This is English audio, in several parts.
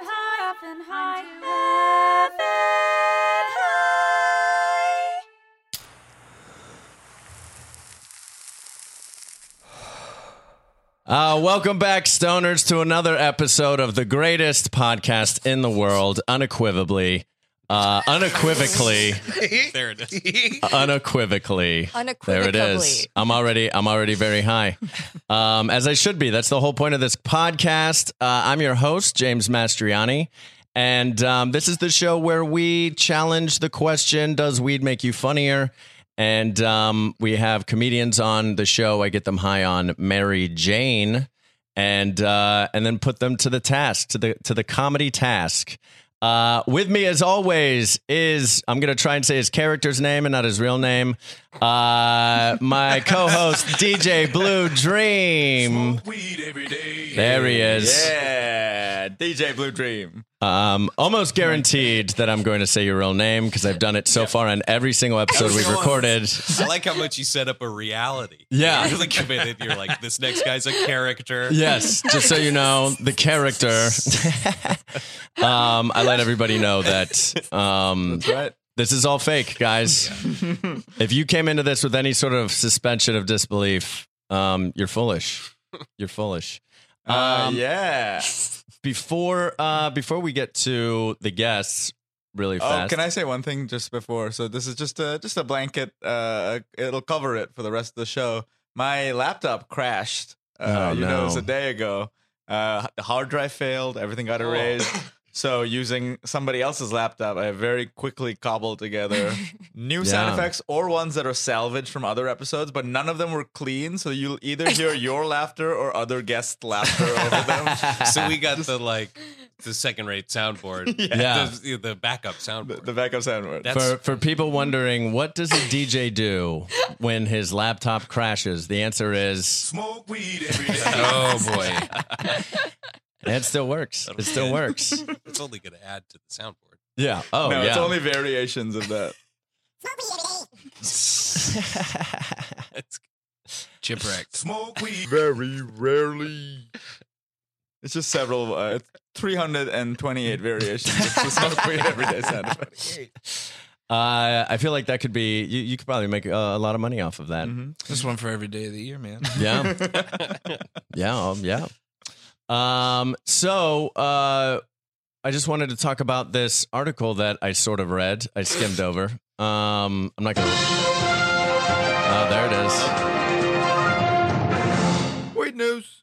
heaven high. Heaven high. Uh, welcome back, stoners, to another episode of the greatest podcast in the world, unequivocally, uh, unequivocally, There it is. unequivocally. There Unequivocally. it is. I'm already, I'm already very high, um, as I should be. That's the whole point of this podcast. Uh, I'm your host, James Mastriani, and um, this is the show where we challenge the question: Does weed make you funnier? And um, we have comedians on the show. I get them high on Mary Jane, and uh, and then put them to the task, to the to the comedy task. Uh, with me, as always, is I'm gonna try and say his character's name and not his real name. Uh, my co-host DJ Blue Dream. There he is. Yeah, DJ Blue Dream. Um, almost guaranteed that I'm going to say your real name because I've done it so far on every single episode we've Everyone. recorded. I like how much you set up a reality. Yeah. You're like committed. You're like, this next guy's a character. Yes, just so you know, the character. um, I let everybody know that um, Right? this is all fake, guys. if you came into this with any sort of suspension of disbelief, um, you're foolish. You're foolish. Uh, Um, yeah. Before uh, before we get to the guests, really Oh, fast. can I say one thing just before? So this is just a just a blanket. Uh, it'll cover it for the rest of the show. My laptop crashed. Uh, Oh, you know, it was no. a day ago. Uh, the hard drive failed. Everything got erased. So using somebody else's laptop, I very quickly cobbled together new sound Yeah. effects or ones that are salvaged from other episodes, but none of them were clean. So you'll either hear your laughter or other guest laughter over them. So we got the like the second rate soundboard. Yeah. The, the backup The, soundboard. the backup soundboard. That's- for, for people wondering, what does a DJ do when his laptop crashes? The answer is oh boy. it still works. It still works. It's only gonna add to the soundboard. Yeah. Oh, no, yeah. it's only variations of that. It's chip wrecked. very rarely. It's just several, uh, 328 variations. It's just smoke weed every day sound effect. Uh, I feel like that could be. You, you could probably make uh, a lot of money off of that. Mm-hmm. This one for every day of the year, man. Yeah, yeah, um, yeah. Um. So, uh, I just wanted to talk about this article that I sort of read. I skimmed over. Um, I'm not gonna. Oh, there it is. Weed news.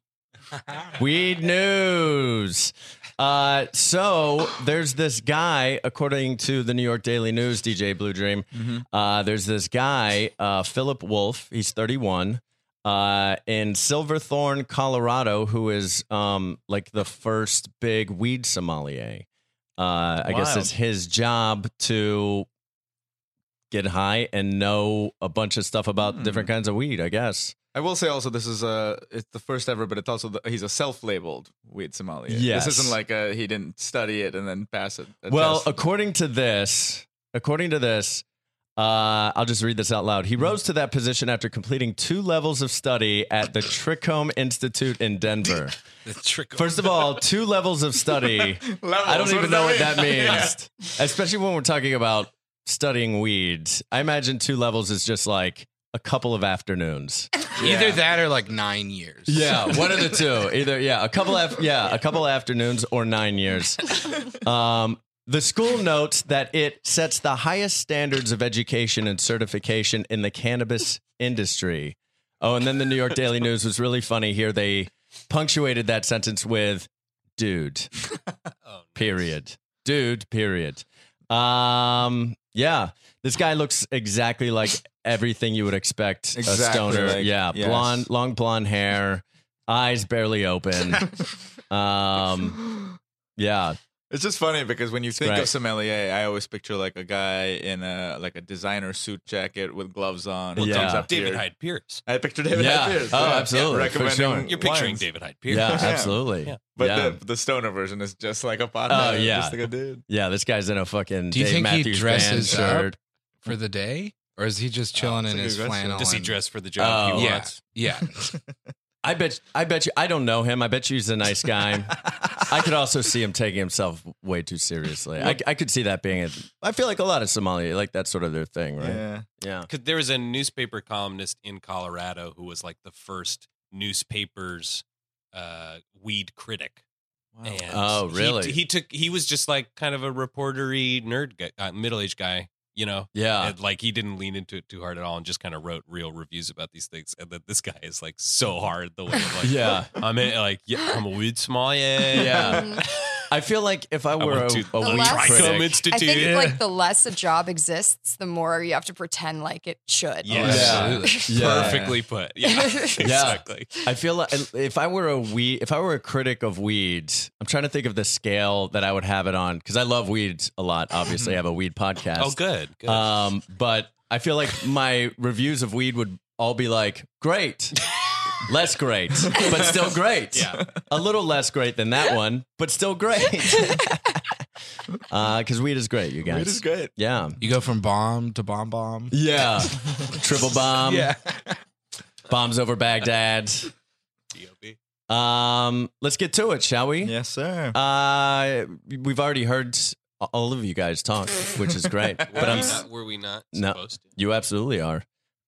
Weed news. Uh, so there's this guy, according to the New York Daily News, DJ Blue Dream. Mm-hmm. Uh, there's this guy, uh, Philip Wolf. He's 31 uh, in Silverthorne, Colorado, who is um, like the first big weed sommelier. Uh, I guess Wild. it's his job to get high and know a bunch of stuff about Hmm. different kinds of weed. I guess. I will say also this is uh it's the first ever, but it's also the, he's a self-labeled weed sommelier. Yes. This isn't like a, he didn't study it and then pass it. a Well, test. according to this, according to this, uh, I'll just read this out loud. He rose to that position after completing two levels of study at the Trichome Institute in Denver. The trick. First of all, two levels of study. Levels, I don't even does know what that mean? means, Yeah. especially when we're talking about studying weed. I imagine two levels is just like a couple of afternoons. Either that or like nine years. Yeah, one of the two. Either yeah, a couple af- yeah, a couple afternoons or 9 years. Um the school notes that it sets the highest standards of education and certification in the cannabis industry. Oh, and then the New York Daily News was really funny here. They punctuated that sentence with dude. Oh, Period. Dude, period. Um yeah, this guy looks exactly like everything you would expect a Exactly stoner. like- yeah, yes. blonde long blonde hair, eyes barely open. um, yeah, It's just funny because when you think great. of sommelier, I always picture like a guy in a like a designer suit jacket with gloves on. who Yeah. comes up to David your- Hyde Pierce. I picture David Yeah. Hyde Pierce. Oh, absolutely, for Recommending sure. You're picturing wines. David Hyde Pierce. yeah, Yeah. absolutely. Yeah. But yeah. the, the stoner version is just like a pot. Oh, yeah. Just like a dude. yeah, this guy's in a fucking Do you Dave think he Matthews dresses Band up? shirt. For the day? Or is he just chilling that's in a his good question. flannel? Does he and- dress for the job Oh. he Yeah. wants? Yeah. I bet. I bet you. I don't know him. I bet you he's a nice guy. I could also see him taking himself way too seriously. I, I could see that being. A, I feel like a lot of Somali, like that's sort of their thing, right? Yeah. Yeah. Cause there was a newspaper columnist in Colorado who was like the first newspaper's uh, weed critic. And Oh, he- really? He, took. He was just like kind of a reportery nerd, guy, uh, middle aged guy. You know, Yeah. and like he didn't lean into it too hard at all, and just kind of wrote real reviews about these things. And then this guy is like so hard the way of like, Yeah. I'm in, like, yeah, I'm a weed sommelier. Yeah. I feel like if I were went a, to a the weed last- Trichome critic, Institute. I think like the less a job exists, the more you have to pretend like it should. Yes. Yeah. Perfectly put. Yeah. exactly. I feel like if I were a weed, if I were a critic of weed, I'm trying to think of the scale that I would have it on because I love weed a lot. Obviously, I have a weed podcast. Oh, good. good. Um, but I feel like my reviews of weed would all be like, great, less great, but still great. Yeah. A little less great than that one, but still great. Because weed is great, you guys. It is good. Yeah. You go from bomb to bomb bomb. Yeah. Triple bomb. yeah. Bombs over Baghdad. D.O.B.. Um, let's get to it, shall we? Yes, sir. Uh, we've already heard all of you guys talk, which is great. Were, But we I'm not, were we not No. supposed to? You absolutely are.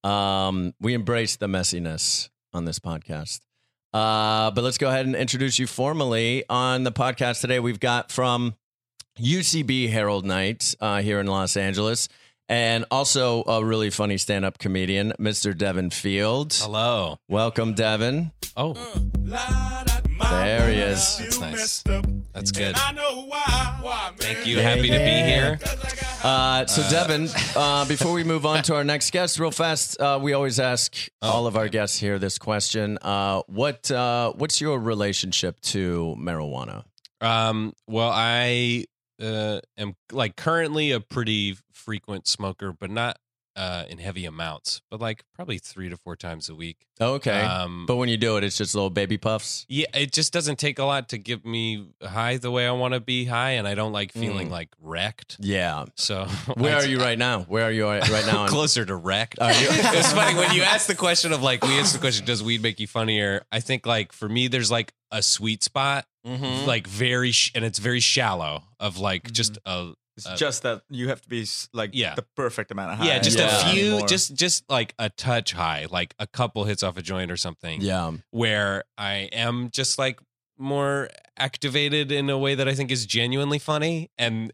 Um, we embrace the messiness on this podcast. Uh, but let's go ahead and introduce you formally on the podcast today. We've got from UCB Herald Night uh, here in Los Angeles, and also a really funny stand up comedian, Mr. Devin Field. Hello. Welcome, Devin. Oh, There he is. that's nice. That's good. Thank you. Yeah, Happy to yeah. be here. Uh, so, Devin, uh, before we move on to our next guest, real fast, uh, we always ask Oh. all of our guests here this question: uh, What uh, what's your relationship to marijuana? Um, well, I uh, am like currently a pretty frequent smoker, but not uh, in heavy amounts, but like probably three to four times a week. Okay, Um, but when you do it, it's just little baby puffs. Yeah, it just doesn't take a lot to get me high the way I want to be high, and I don't like feeling Mm. like wrecked. Yeah. So Where are you right now? Where are you right right now? Closer to wrecked. Are you- it's funny when you ask the question of like we asked the question, does weed make you funnier? I think like for me, there's like a sweet spot, Mm-hmm. like very, sh- and it's very shallow of like just a It's uh, just that you have to be s- like Yeah. the perfect amount of high. yeah, just Yeah. a few, Anymore. just just like a touch high, like a couple hits off a joint or something. yeah. where I am just like more activated in a way that I think is genuinely funny, and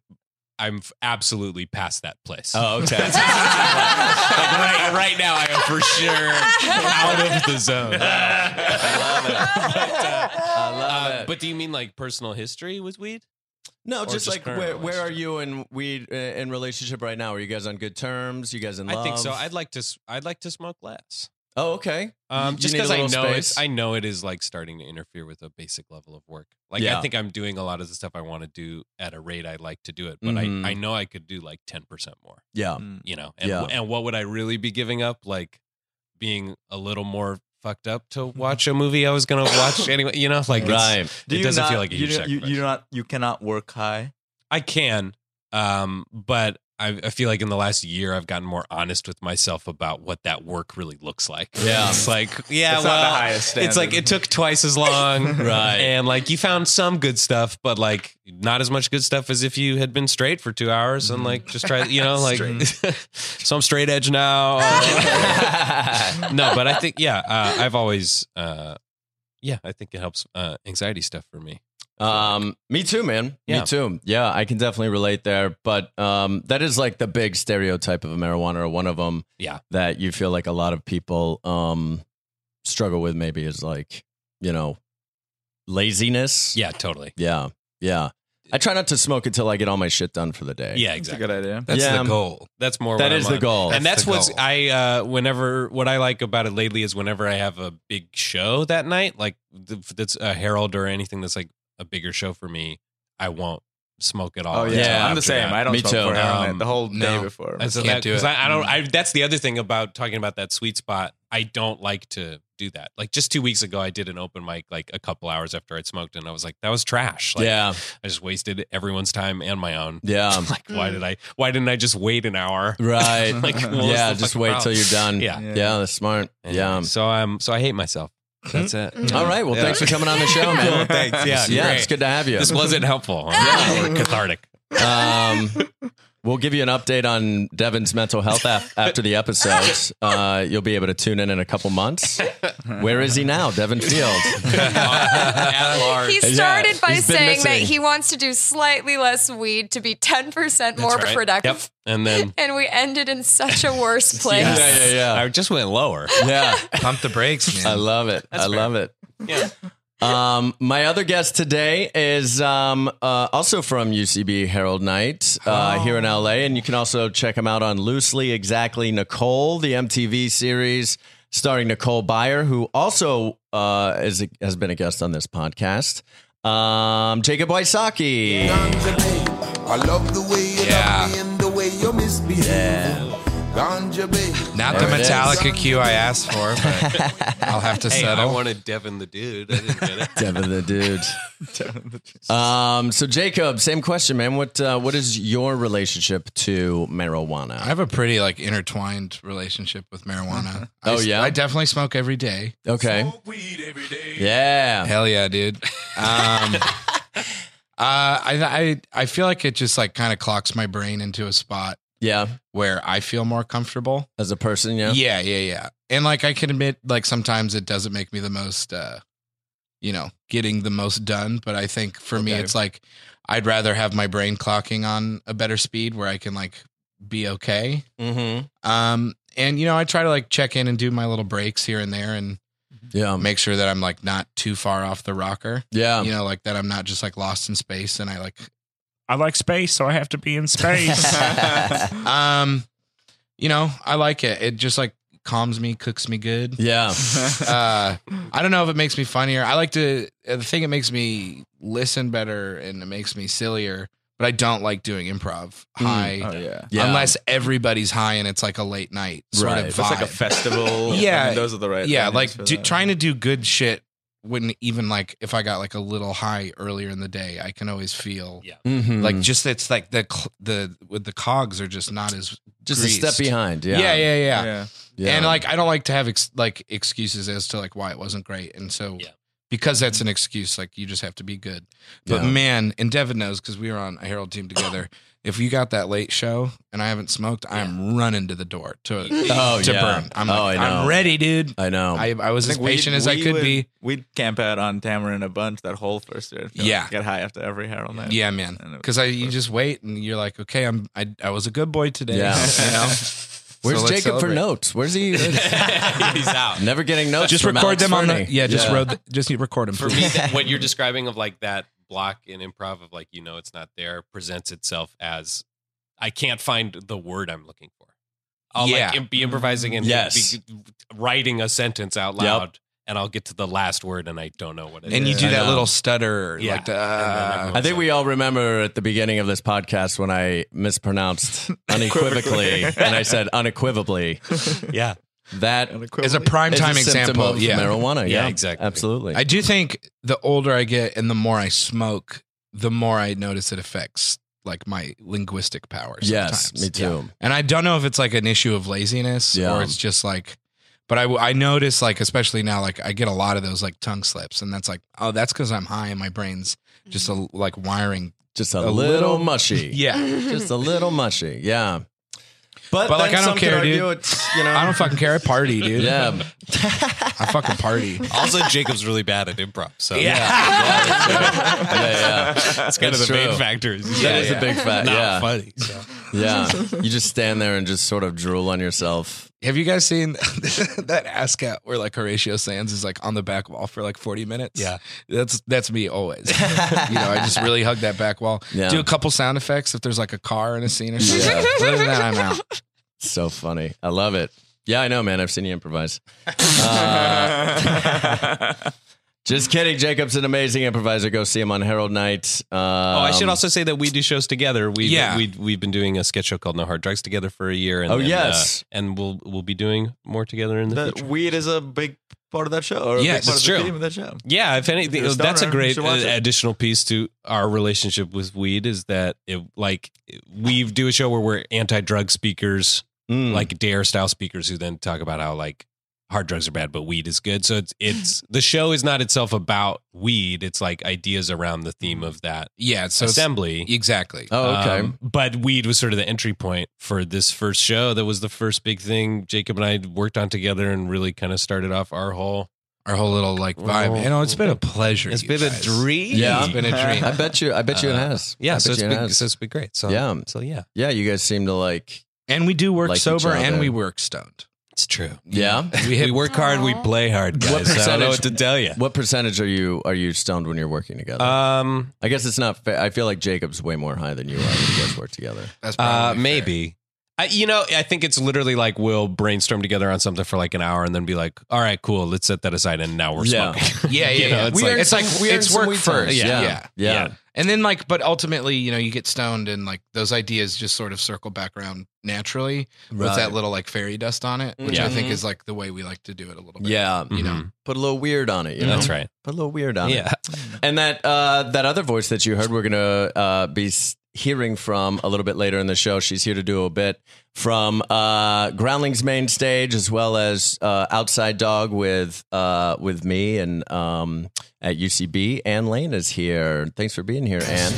I'm f- absolutely past that place. Oh, okay. like right, right now, I am for sure out of the zone. I love Uh, it. but do you mean like personal history with weed? no, or just, just like current where, where are relationship. you in weed uh, in relationship right now? Are you guys on good terms? You guys in love? I think so. I'd like to. s- I'd like to smoke less. oh, okay. Um, You just need a because I know little space? it's, I know it is like starting to interfere with a basic level of work. Like Yeah. I think I'm doing a lot of the stuff I want to do at a rate I like to do it, but Mhm. I, I know I could do like ten percent more. Yeah. Mm. You know, and Yeah. and what would I really be giving up? Like being a little more fucked up to watch a movie I was gonna watch anyway. You know, like it's- right. Mm-hmm. Do it you doesn't not- feel like a you, huge do- you, sacrifice. you do not you cannot work high. I can, um, but. I, I feel like in the last year I've gotten more honest with myself about what that work really looks like. Yeah. it's like yeah, it's well, not the highest standard. It's like it took twice as long. Right. And like you found some good stuff, but like not as much good stuff as if you had been straight for two hours and like just try, you know, like so I'm straight edge now. no, but I think, yeah, uh, I've always, uh, yeah, I think it helps uh, anxiety stuff for me. Um, me too, man. Yeah. Me too. Yeah, I can definitely relate there. But um, that is like the big stereotype of marijuana, or one of them. Yeah. that you feel like a lot of people um struggle with. Maybe is like you know laziness. Yeah, totally. yeah, yeah. I try not to smoke until I get all my shit done for the day. Yeah, It's a exactly. good idea. That's Yeah, the goal. That's more that what is I'm the on. goal. and that's the what's goal. I uh whenever what I like about it lately is whenever I have a big show that night, like th- that's a Herald or anything that's like a bigger show for me, I won't smoke at all. Oh yeah, until Yeah. I'm after the same. that. I don't Me smoke too. for heroin Um, the whole no. day before. And so Can't that- do 'cause it. I, I don't. I, that's the other thing about talking about that sweet spot. I don't like to do that. Like just two weeks ago, I did an open mic like a couple hours after I'd smoked, and I was like, "That was trash." Like, yeah, I just wasted everyone's time and my own. yeah. like, why Mm. did I? Why didn't I just wait an hour? Right. Like, what was yeah. the Just fucking wait problem? Mm. till you're done. Yeah. Yeah. That's smart. Anyway, Yeah. So I'm. So I hate myself. That's it. Mm-hmm. All right. Well, Yeah. thanks for coming on the show, Cool, man. thanks. Yeah, Yeah, great. it's good to have you. This wasn't helpful. Or cathartic. Um, we'll give you an update on Devin's mental health af- after the episode. Uh, you'll be able to tune in in a couple months. Where is he now, Devin Field? At large. He started by he's been saying that missing. he wants to do slightly less weed to be 10% more That's right. productive. Yep. And then And we ended in such a worse place. I just went lower. yeah. Pump the brakes, I man. love it. I fair. love it. Yeah. Um, my other guest today is um, uh, also from UCB Herald Knight uh, Oh. here in LA, and you can also check him out on Loosely Exactly Nicole, the MTV series starring Nicole Byer, who also uh, is a, has been a guest on this podcast. Um, Jacob Wysocki. Ganja babe, I love the way you Yeah. love me and the way you misbehave. Ganja babe, Not the There it is. Metallica cue I asked for, but I'll have to Hey, I settle. wanted Devin the dude. I didn't get it. Devin the dude. Um, so Jacob, same question, man. What uh, what is your relationship to marijuana? I have a pretty like intertwined relationship with marijuana. I Oh, s- yeah? I definitely smoke every day. okay. Yeah. Hell yeah, dude. Um, uh, I, I I feel like it just like kind of clocks my brain into a spot Yeah. where I feel more comfortable. As a person, yeah. Yeah, yeah, yeah. And like I can admit, like sometimes it doesn't make me the most, uh, you know, getting the most done. But I think for me, Okay. it's like I'd rather have my brain clocking on a better speed where I can like be okay. Mm-hmm. Um, and you know, I try to like check in and do my little breaks here and there and Yeah. make sure that I'm like not too far off the rocker. Yeah. Um. you know, like that I'm not just like lost in space and I like I like space, so I have to be in space. um you know, I like it. It just like calms me, cooks me good. yeah. Uh I don't know if it makes me funnier. I like to uh, the thing it makes me listen better and it makes me sillier, but I don't like doing improv high oh yeah. Mm, Yeah. unless everybody's high and it's like a late night sort Right. of It's vibe. That's like a festival. Yeah. I mean, those are the right. yeah, venues like for do, uh, that. trying to do good shit when even like if I got like a little high earlier in the day, I can always feel Mm-hmm. like just it's like the cl- the with the cogs are just not as just a step greased. behind. Yeah. yeah yeah yeah, yeah. Yeah. and like I don't like to have ex- like excuses as to like why it wasn't great and so Yeah. because that's an excuse like you just have to be good but Yeah. man and Devin knows because we were on a Herald team together if you got that late show and I haven't smoked I'm running to the door to Oh, to yeah. burn I'm Oh, like, I know. I'm ready dude I know. I I was I as think we- patient as I we could would- be We'd camp out on Tamarind a bunch that whole first year. Kinda Yeah. Get high after every Harold night. yeah man And it was because I you just wait and you're like okay I'm I I was a good boy today Yeah. you know. Where's So let's Jacob for celebrate. notes? Where's he? He's out. Never getting notes. just from record Alex them on the Fernie. yeah. Just road. The, just record them For me, that- what you're describing of like that block in improv of like, you know, it's not there presents itself as I can't find the word I'm looking for. I'll Yeah. like im- be improvising and Yes. be writing a sentence out Yep. loud and I'll get to the last word and I don't know what it is. And you do I that know. little stutter, Yeah. like the, And then I think we all remember at the beginning of this podcast when I mispronounced unequivocally and I said unequivocally. Yeah. That as a prime is a time symptom example. of yeah, marijuana. Yeah, Yeah, exactly. Absolutely. I do think the older I get and the more I smoke, the more I notice it affects like my linguistic powers. yes, me too. And I don't know if it's like an issue of laziness Yeah. or it's just like, but I I notice like especially now like I get a lot of those like tongue slips and that's like oh that's because I'm high and my brain's just a, like wiring Just a, A little, little- mushy. just a little mushy. Yeah. But, But, like, then I don't some could care, dude. argue It's, you know, I don't fucking care I party dude Yeah. I fucking party Also, Jacob's really bad at improv. So Yeah, yeah. That's kind of the main true. factor. That is That is a big fact. yeah. funny. Yeah. You just stand there and just sort of drool on yourself. Have you guys seen that ASCAP where like Horatio Sands is like on the back wall for like 40 minutes? Yeah. That's that's me always. you know, I just really hug that back wall. Yeah. Do a couple sound effects if there's like a car in a scene or something. Other than that, I'm out. So funny. I love it. Yeah, I know, man. I've seen you improvise. Uh, just kidding. Jacob's an amazing improviser. Go see him on Herald Night. Um, Oh, I should also say that we do shows together. We Yeah. we we've been doing a sketch show called No Hard Drugs together for a year. And Oh, then, yes. uh, and we'll we'll be doing more together in the The future. weed is a big part of that show. Or a Yes, big part it's of the true. theme of that show. Yeah, if anything, You're a that's a stoner. You great should uh, watch it. additional piece to our relationship with weed is that it like we do a show where we're anti drug speakers, Mm. Hmm. like Dare style speakers, who then talk about how like hard drugs are bad, but weed is good. So it's it's the show is not itself about weed. It's like ideas around the theme of that Yeah, Hmm. so it's- assembly. exactly. Oh, okay. Um, but weed was sort of the entry point for this first show. That was the first big thing Jacob and I worked on together and really kind of started off our whole. Our whole little like vibe. You know, it's been a pleasure. It's you been guys. a dream. Yeah. it's been a dream. I bet you. I bet you it has. Yeah. I So bet it's, you it been, has. so it's been great. So, Yeah. So yeah. yeah, you guys seem to like. and we do work Like each sober other. and we work stoned. It's true. Yeah. We, we work hard, we play hard, guys. What I don't know percentage- what to tell you. What percentage are you are you stoned when you're working together? Um, I guess it's not. Fair. I feel like Jacob's way more high than you are when you guys work together. That's Oh, uh, probably fair. maybe. I, you know, I think it's literally like we'll brainstorm together on something for like an hour and then be like, all right, cool, let's set that aside. And now we're Yeah. smoking. Yeah, yeah. You know, yeah. it's We like- earned it's like some- we earned it's some work weed first. time. Yeah. Yeah. yeah. Yeah. And then like but ultimately, you know, you get stoned and like those ideas just sort of circle back around naturally with that little like fairy dust on it, which I think Mhm. is like the way we like to do it a little bit. Yeah. You know, Put a little weird on it. You know? Mm-hmm. that's right. Put a little weird on it. Yeah. And that uh, that other voice that you heard, we're gonna uh, be s- hearing from a little bit later in the show. She's here to do a bit from uh, Groundling's main stage, as well as uh, Outside Dog with uh, with me and um, at UCB. Ann Lane is here. Thanks for being here, Ann.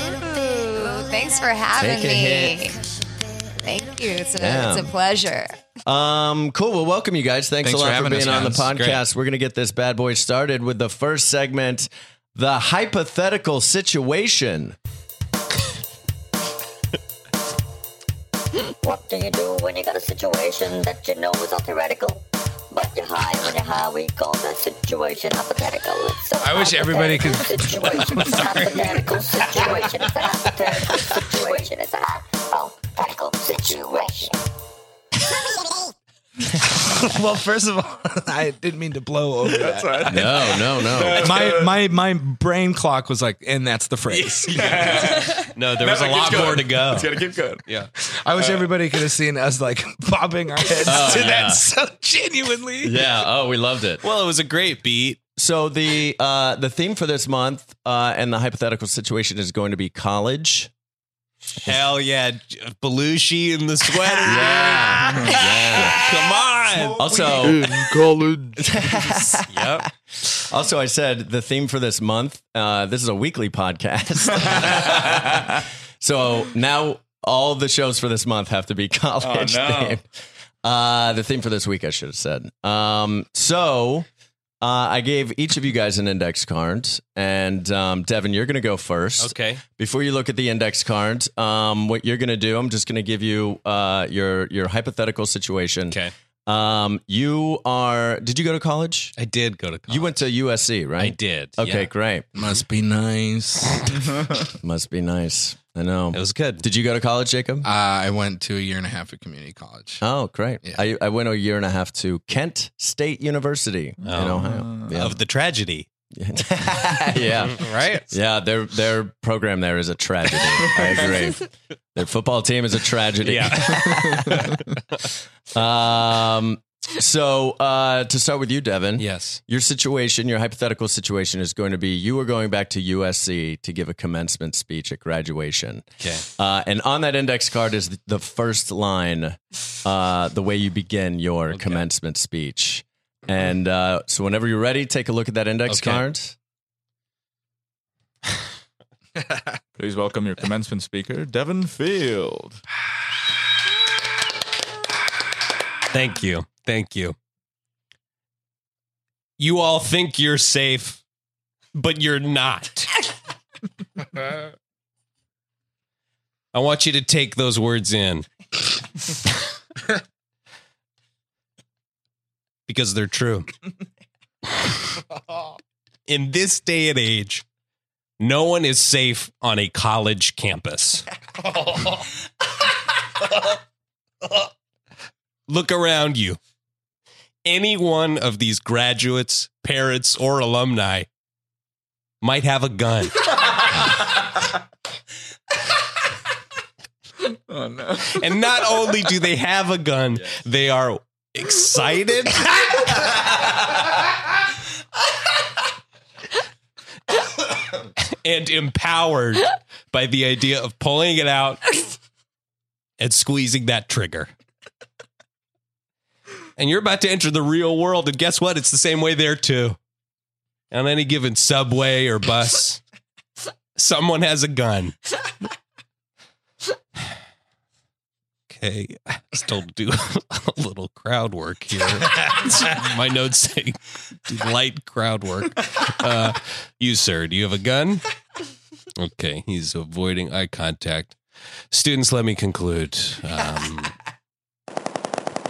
Ooh, thanks for having Take a me. Thank you. It's a, Yeah. it's a pleasure. Um, cool. Well, welcome you guys. Thanks, Thanks a lot for for, having being us, on the man. This is great. podcast. We're gonna get this bad boy started with the first segment, the hypothetical situation. What do you do when you got a situation that you know is all theoretical? But you're high when you're high, we call that situation hypothetical. It's a I wish everybody could- hypothetical Situation. It's a hypothetical situation. It's a hypothetical situation. It's a hypothetical situation. well, first of all, I didn't mean to blow over that. No, no, no. My my my brain clock was like, and that's the phrase. No, there was a lot more to go. It's gotta keep going. Yeah. I wish everybody could have seen us like bobbing our heads to that so genuinely. Oh, yeah. Oh, we loved it. Well, it was a great beat. So the uh, the theme for this month uh, and the hypothetical situation is going to be college. Hell yeah. Belushi in the sweater. Come on. Also, college. yep. also I said the theme for this month. Uh, this is a weekly podcast, so now all the shows for this month have to be college Oh, no. themed. Uh, the theme for this week, I should have said. Um, so uh, I gave each of you guys an index card, and um, Devin, you're going to go first. Okay. Before you look at the index card, um, what you're going to do, I'm just going to give you uh, your your hypothetical situation. Okay. Um, you are. Did you go to college? I did go to college. You went to USC, right? I did. Okay, yeah. great. Must be nice. Uh, Must be nice. I know. It was good. Did you go to college, Jacob? Uh, I went to a year and a half at community college. oh, great. Yeah. I, I went a year and a half to Kent State University in Oh. Ohio. Yeah. Of the tragedy. yeah. Right? Yeah, their their program there is a tragedy. I agree. Their football team is a tragedy. um so uh to start with you, Devin. yes. Your situation, your hypothetical situation is going to be you are going back to USC to give a commencement speech at graduation. Okay. Uh, and on that index card is the- the first line, uh, the way you begin your commencement speech. And uh, so whenever you're ready, take a look at that index Okay. card. Please welcome your commencement speaker, Devin Field. Thank you. Thank you. You all think you're safe, but you're not. Uh, I want you to take those words in because they're true. In this day and age, no one is safe on a college campus. Look around you. Any one of these graduates, parents, or alumni might have a gun. Oh no. And not only do they have a gun, they are excited. and empowered by the idea of pulling it out and squeezing that trigger. and you're about to enter the real world. And guess what? It's the same way there too. On any given subway or bus, someone has a gun. Okay, I was told to do a little crowd work here. My notes say do light crowd work. Uh, you, sir, do you have a gun? Okay, he's avoiding eye contact. Students, let me conclude. Um, oh,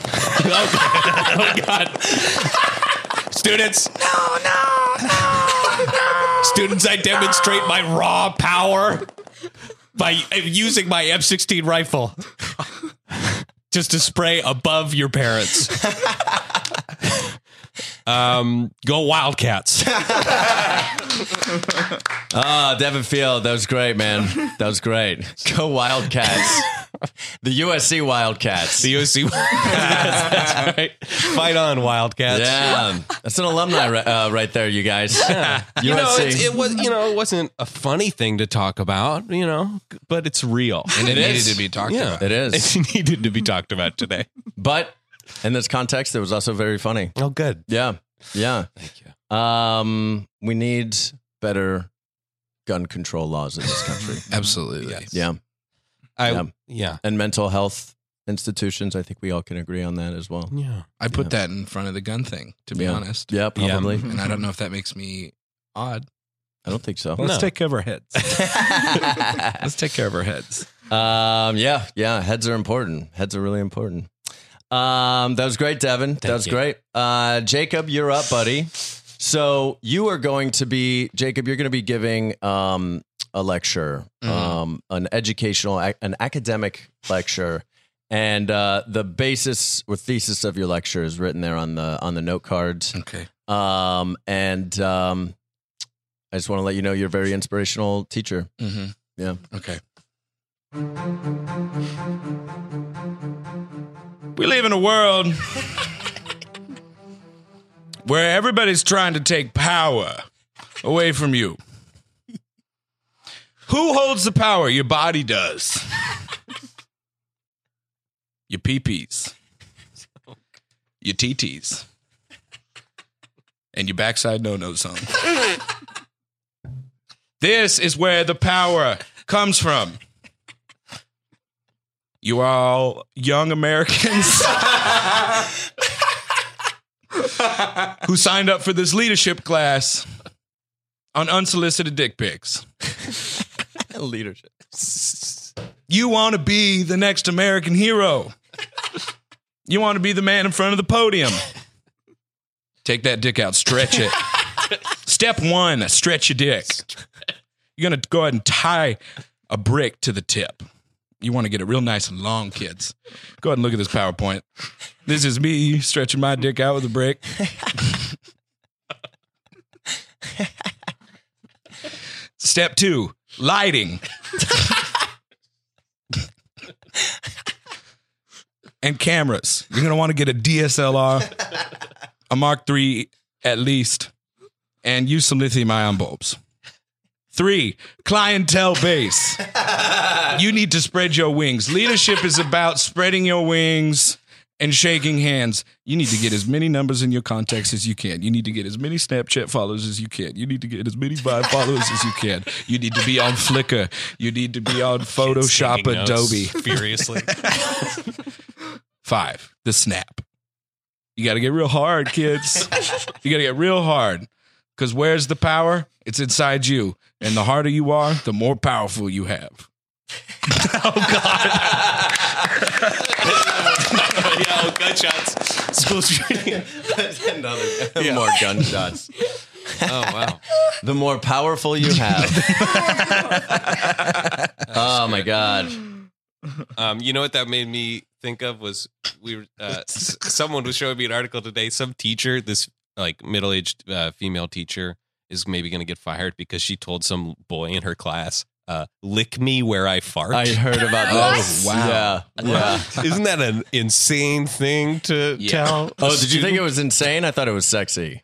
God. Oh, God. Students. No, no, no. Students, I demonstrate my raw power by using my M16 rifle just to spray above your parents. um, go Wildcats. Ah, Devin Field, that was great, man. That was great. Go Wildcats. the USC Wildcats. The OC. That's right. Fight on, Wildcats. yeah, that's an alumni ri- uh, right there, you guys. USC. You know, it's, it was you know it wasn't a funny thing to talk about, you know, but it's real. and it, It needed is. to be talked Yeah. about. It is. It needed to be talked about today. But in this context, it was also very funny. Oh, good. Yeah. Yeah. Thank you. Um, we need better gun control laws in this country. Absolutely. yeah. I Yeah. yeah. yeah. And mental health institutions. I think we all can agree on that as well. I put Yeah. that in front of the gun thing, to be honest. Yeah, probably. And I don't know if that makes me odd. I don't think so. Let's No. take care of our heads. Let's take care of our heads. Um, yeah, yeah. Heads are important. Heads are really important. Um, that was great, Devin. that Thank was you. great. Uh, Jacob, you're up, buddy. So you are going to be Jacob. You're going to be giving um, a lecture, Mhm. um, an educational, ac- an academic lecture, and uh, the basis or thesis of your lecture is written there on the on the note card. Okay. Um, and um, I just want to let you know you're a very inspirational teacher. Mm-hmm. Yeah. Okay. We live in a world where everybody's trying to take power away from you. Who holds the power? Your body does. Your peepees. Your TTs. And your backside no no zone. This is where the power comes from. You all young Americans who signed up for this leadership class on unsolicited dick pics. Leadership. You want to be the next American hero. You want to be the man in front of the podium. Take that dick out, stretch it. Step one, stretch your dick. You're going to go ahead and tie a brick to the tip. You want to get it real nice and long, kids. Go ahead and look at this PowerPoint. This is me stretching my dick out with a brick. Step two, lighting. and cameras. You're gonna want to get a DSLR, a Mark III at least, and use some lithium-ion bulbs. Three, clientele base. you need to spread your wings. Leadership is about spreading your wings and shaking hands. You need to get as many numbers in your contacts as you can. You need to get as many Snapchat followers as you can. You need to get as many Vine followers as you can. You need to be on Flickr. You need to be on Photoshop Taking notes Adobe. Furiously. Five, the snap. You got to get real hard, kids. you got to get real hard because where's the power? It's inside you. And the harder you are, the more powerful you have. yeah, oh, gunshots. School shooting. Another the more gunshots. Oh, wow. The more powerful you have. oh my god. Um, you know what that made me think of was we were, uh, s- someone was showing me an article today. Some teacher, this like middle aged uh, female teacher, is maybe going to get fired because she told some boy in her class, uh, "Lick me where I fart." I heard about Oh, this. What? wow. Yeah. Yeah. Isn't that an insane thing to tell? Oh, did you think it was insane? I thought it was sexy.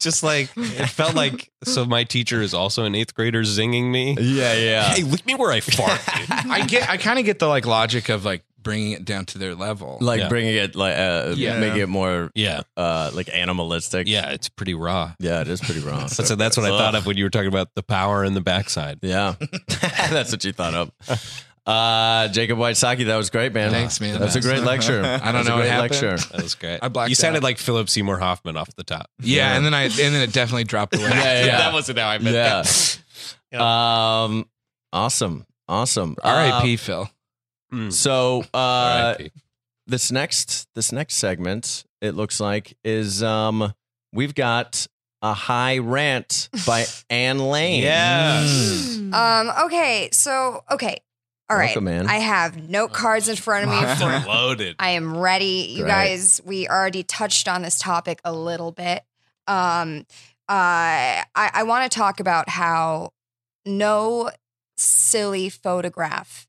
Just like it felt like. So my teacher is also an eighth grader zinging me. Yeah, yeah. Hey, lick me where I fart. dude. I get. I kind of get the like logic of like bringing it down to their level. like Yeah. bringing it like uh, Yeah. making it more Yeah, uh, like animalistic. yeah, it's pretty raw. yeah, it is pretty wrong. That's, that's what I thought of when you were talking about the power in the backside. Yeah, that's what you thought of. Uh, Jacob Whitesaki, that was great, man. Thanks, man. That's a Thanks. great lecture. I don't know a what great happened. lecture. That was great. I blacked you sounded out. like Philip Seymour Hoffman off the top. yeah, and then I and then it definitely dropped away. Yeah, yeah, yeah. wasn't how I yeah. that. Um, awesome, awesome. Um, R.I.P. Phil. Uh, so, uh, R.I.P. this next this next segment, it looks like, is um, we've got a high rant by Anne Lane. uh, Mm. Yes. Um, okay, so okay. all right. Welcome, man. I have note cards in front of me for Loaded. I am ready. You Great. guys, we already touched on this topic a little bit. Um, uh, I, I want to talk about how no silly photograph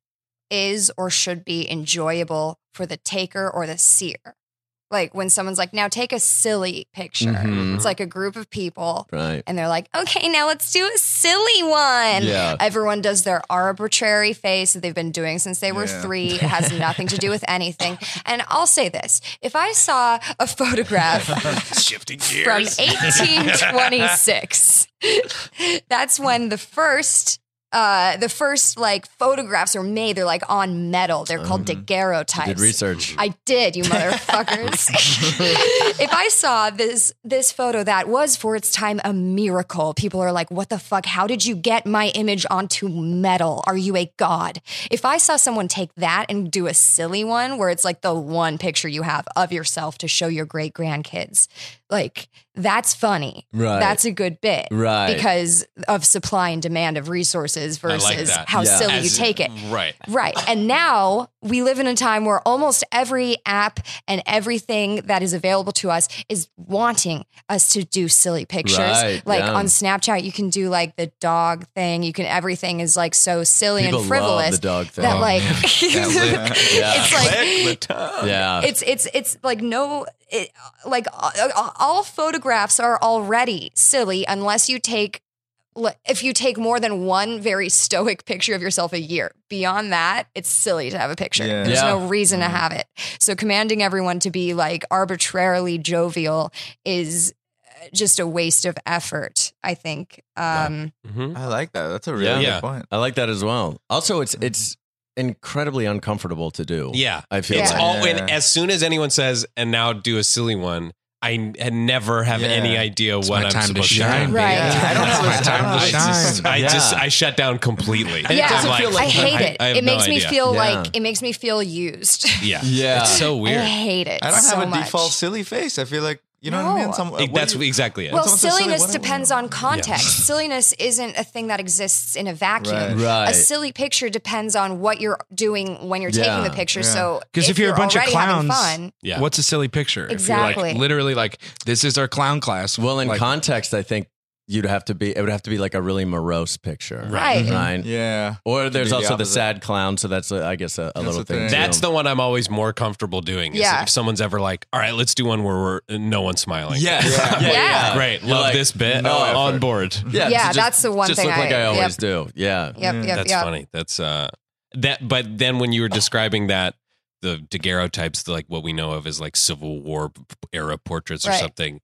is or should be enjoyable for the taker or the seer. Like when someone's like, now take a silly picture. Mhm. It's like a group of people Right. and they're like, okay, now let's do a silly one. Yeah. Everyone does their arbitrary face that they've been doing since they were Yeah. three. It has nothing to do with anything. And I'll say this if I saw a photograph Shifting from 1826, that's when the first. Uh, the first like photographs are made. They're like on metal. They're called daguerreotypes. Mm-hmm. Did research. I did, you motherfuckers. if I saw this this photo that was for its time a miracle, people are like, "What the fuck? How did you get my image onto metal? Are you a god?" If I saw someone take that and do a silly one where it's like the one picture you have of yourself to show your great grandkids, like that's funny. Right. That's a good bit. Right. Because of supply and demand of resources like versus that. how Yeah. silly you take it. Right. Right. And now we live in a time where almost every app and everything that is available to us is wanting us to do silly pictures. Right, like yeah. on Snapchat, you can do like the dog thing. You can, everything is like so silly People and love frivolous the dog thing. that like, Yeah. it's like, yeah. it's it's it's like no it, like all, all photographs are already silly unless you take li- if you take more than one very stoic picture of yourself a year beyond that it's silly to have a picture Yeah. there's Yeah. no reason Mm-hmm. to have it so commanding everyone to be like arbitrarily jovial is uh, just a waste of effort i think um Mm-hmm. I like that. That's a really Yeah. good Yeah. point. I like that as well. Also, it's it's incredibly uncomfortable to do. Yeah. I feel It's like. all Yeah. and as soon as anyone says, and now do a silly one, I n- I never have Yeah. any idea It's what my I'm time to supposed shine, do. baby. Right. Yeah, I don't It's know. my time to I shine. just- I Yeah. just I shut down completely. yeah, I'm like, I hate I- it. I have it no makes me idea. feel Yeah. like it makes me feel used. Yeah. Yeah. It's so I weird. hate it. I don't so have a much. default silly face. I feel like you know what I No. mean. Some, It- what that's do you- exactly it. Well, Someone says silly, silliness what do we- depends on context. Silliness isn't a thing that exists in a vacuum. Right. Right. A silly picture depends on what you're doing when you're Yeah. taking the picture. Yeah. So, Because if, you're, a bunch of already having clowns, fun, Yeah. what's a silly picture? If you're, Exactly. like, literally, like this is our clown class. Well, in like, context, I think you'd have to be. It would have to be like a really morose picture, Right. Mm-hmm. Right. Yeah. Or there's the also the opposite. sad clown, so that's a, I guess a, a That's little the thing. thing. too. That's the one I'm always more comfortable doing. Is Yeah. If someone's ever like, all right, let's do one where we're no one's smiling. yeah, Yeah. yeah, yeah. Great. You're Love like, this bit. no Oh, effort. on board. Yeah, Yeah, so just- that's the one just thing look like I, I- always do. Yeah, yep, Mm. yep, That's yep. funny. That's uh that but then when you were describing that the daguerreotypes like what we know of as like Civil War era portraits or Right. something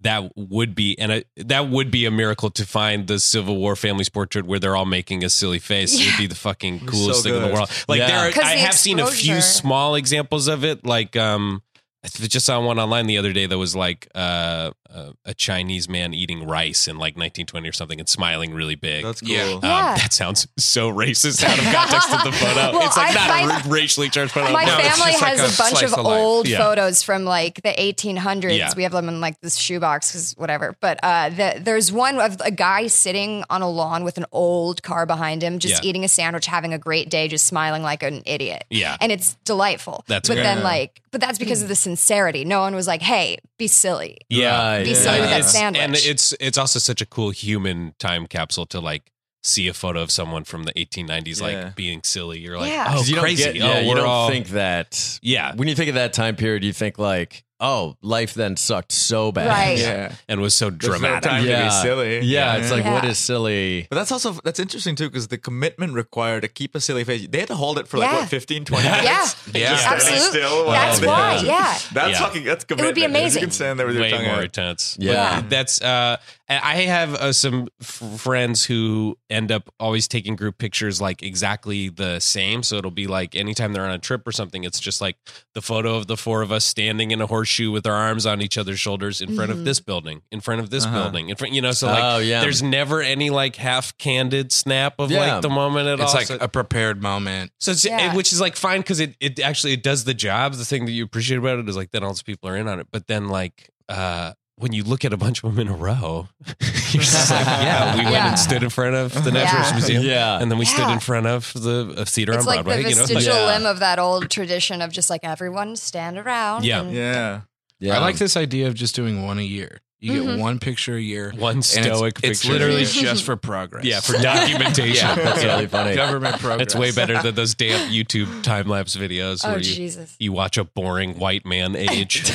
that would be and I, that would be a miracle to find the Civil War family's portrait where they're all making a silly face. It would be the fucking coolest So thing in the good. world. Like Yeah. there are, 'Cause I the have seen a few exposure- small examples of it like um I th- just saw one online the other day that was like uh, uh, a Chinese man eating rice in like 1920 or something and smiling really big. That's cool. Yeah. Yeah. Um, that sounds so racist out of context of the photo. Well, it's like I not find- a ra- racially charged photo. My No, it's family just like has a a, bunch slice of of life. old Yeah. photos from like the 1800s. Yeah. We have them in like this shoebox because whatever. But uh, the, there's one of a guy sitting on a lawn with an old car behind him, just Yeah. eating a sandwich, having a great day, just smiling like an idiot. Yeah. and it's delightful. That's but great. then like, but that's because of the sincerity. No one was like, "Hey, be silly." yeah. Right. Be silly with And that it's- sandwich. And it's it's also such a cool human time capsule to like see a photo of someone from the 1890s Yeah. like being silly. You're like, Yeah. oh, 'Cause you don't crazy. get- oh, yeah, you we're don't all think that yeah. when you think of that time period, you think like oh, life then sucked so bad. Right. Yeah. and was so There's no dramatic. time to Yeah. be silly. Yeah, it's like Yeah. what is silly? But that's also that's interesting too because the commitment required to keep a silly face. They had to hold it for like Yeah. what 15, 20 "Oh, minutes. Yeah. Yeah. Just standing Absolutely. still uh, while That's they- why. Yeah. That's Yeah. fucking. That's would commitment. be If amazing. You can stand there with way your tongue more out. intense. Yeah. But that's. Uh, and I have uh, some f- friends who end up always taking group pictures like exactly the same. So it'll be like anytime they're on a trip or something, it's just like the photo of the four of us standing in a horseshoe with our arms on each other's shoulders in front of this building, in front of this Uh-huh. building, in front. You know, so like Mm-hmm. Oh, yeah. there's never any like half candid snap of Yeah. like the moment at It's all. like So- a prepared moment. so it's, Yeah. it- which is like fine because it, it actually it does the job. The thing that you appreciate about it is like then all those people are in on it. But then like uh when you look at a bunch of them in a row, you're just like, yeah, we went Yeah. and stood in front of the Natural Yeah. History Museum, Yeah. and then we stood Yeah. in front of the uh, theater It's on like Broadway. the you know, vestigial like, Yeah. limb of that old tradition of just like everyone stand around. Yeah. and- Yeah. Yeah. I like this idea of just doing one a year. You Mhm. Mm-hmm. get one picture a year. one and it's- stoic it's, picture. literally yeah. just for progress. yeah for documentation. Yeah, That's Yeah. really funny. government progress. It's way better than those damn YouTube time lapse videos Oh where you Jesus. you watch a boring white man age. He's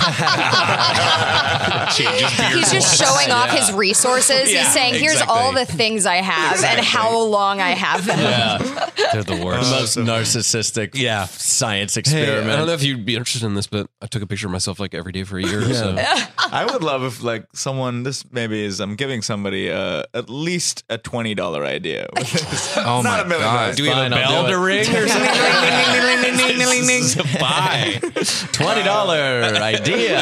just showing off his resources. Yeah, He's saying, "Here's exactly. all the things I have and how long I have them." Yeah. They're the The worst. Um, most narcissistic Yeah. science Hey, experiment. I don't know if you'd be interested in this, but I took a picture of myself like every day for a year. or So I would love if like someone this maybe is I'm giving somebody uh, at least a twenty dollar idea. Oh Not a my million god. dollars. do we have Fine, a I'll bell do to it. ring or something? This is a buy. Twenty dollar idea.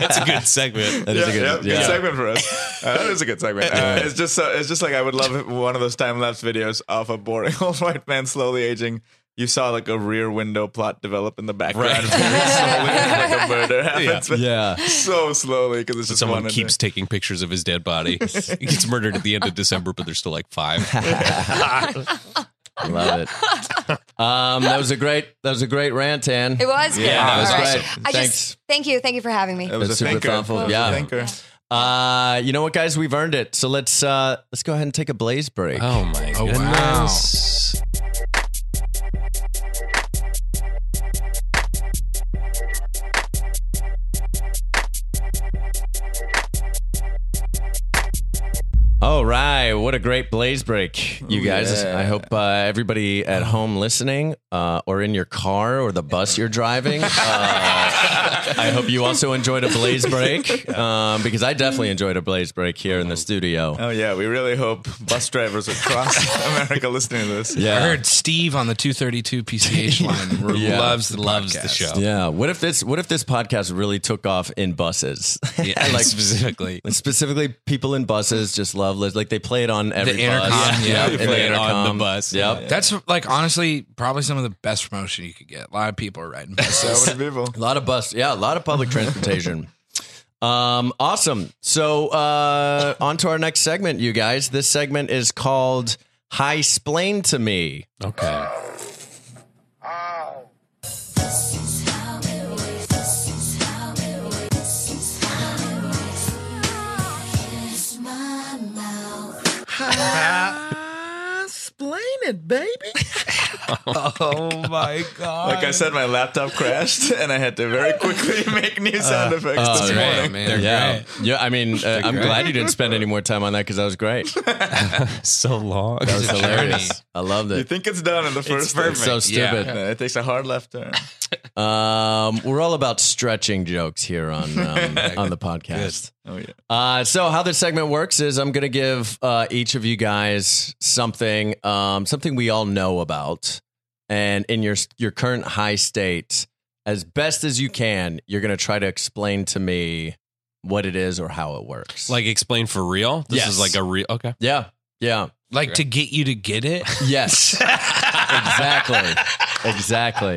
That's a good segment. That is a Yeah, yeah, good, yeah. segment for us. Uh, that is a good segment. Uh, it's just so, it's just like I would love one of those time lapse videos of a boring old white man slowly aging. You saw like a rear window plot develop in the background, Right. slowly, like a murder happens, but Yeah. so slowly because it's just Someone one keeps taking pictures of his dead body. He gets murdered at the end of December, but there's still like five. I love it. Um, that was a great that was a great rant, Ann. It was good. Yeah, that All was right. great. I Thanks. just thank you, thank you for having me. It was That's a super thinker. thoughtful. It was a Yeah. thinker. Uh, you know what, guys, we've earned it. So let's uh, let's go ahead and take a blaze break. Oh my Oh, wow. goodness. All right, what a great blaze break, you Ooh, guys! yeah. I hope uh, everybody at home listening, uh, or in your car or the bus you're driving, uh, I hope you also enjoyed a blaze break um, because I definitely enjoyed a blaze break here in the studio. Oh yeah, we really hope bus drivers across America listening to this. I Yeah, heard Steve on the 232 PCH line Yeah. loves the Loves the podcast. show. yeah. What if this? What if this podcast really took off in buses? Yeah, like specifically. Specifically, people in buses just love Liz. Like they play it on every intercom, bus. yeah. in They play the it on intercom. the bus, Yep. That's like honestly probably some of the best promotion you could get. A lot of people are riding buses. So many people. A lot of bus. Yeah, a lot of public transportation. um, awesome. So uh, on to our next segment, you guys. This segment is called High Splain to Me. Okay. oh my god! Like I said, my laptop crashed, and I had to very quickly make new sound effects this great, morning. man. They're yeah, great. yeah. I mean, uh, I'm great. glad you didn't spend any more time on that because that was great. That So long. was a hilarious. journey. I loved You it. think it's done in the first It's so stupid. No, it takes a hard left turn. Um, we're all about stretching jokes here on um, on the podcast. Oh yeah. Uh, so how this segment works is I'm going to give uh, each of you guys something, um, something we all know about, and in your your current high state, as best as you can, you're going to try to explain to me what it is or how it works. Like explain for real. This Yes. is like a real. Okay. yeah, yeah, Like to get you to get it. yes, exactly, exactly,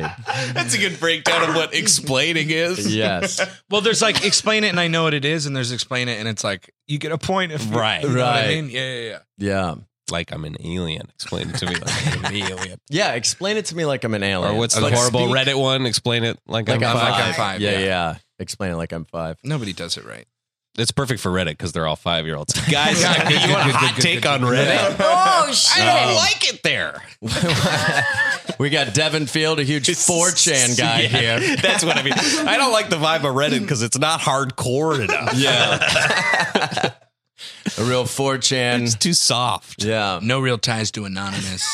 That's a good breakdown of what explaining is. yes, Well, there's like explain it and I know what it is, and there's explain it and it's like you get a point if Right. You know what I Right. mean? Yeah, yeah, yeah. yeah, Like I'm an alien. Explain it to me like I'm an alien. yeah. Explain it to me like I'm an alien. Or what's the Like, horrible speak Reddit one? Explain it like, Like I'm, I'm five. Like five. I'm five. Yeah, yeah, Explain it like I'm five. Nobody does it right. It's perfect for Reddit because they're all five year olds. Guys, Yeah, good, good, you want a good, hot good, take good, on good. Reddit? Oh shit! like it there. We got Devin Field, a huge 4chan guy Yeah, here. That's what I mean. I don't like the vibe of Reddit because it's not hardcore enough. Yeah. a real 4chan. It's too soft. Yeah. No real ties to anonymous.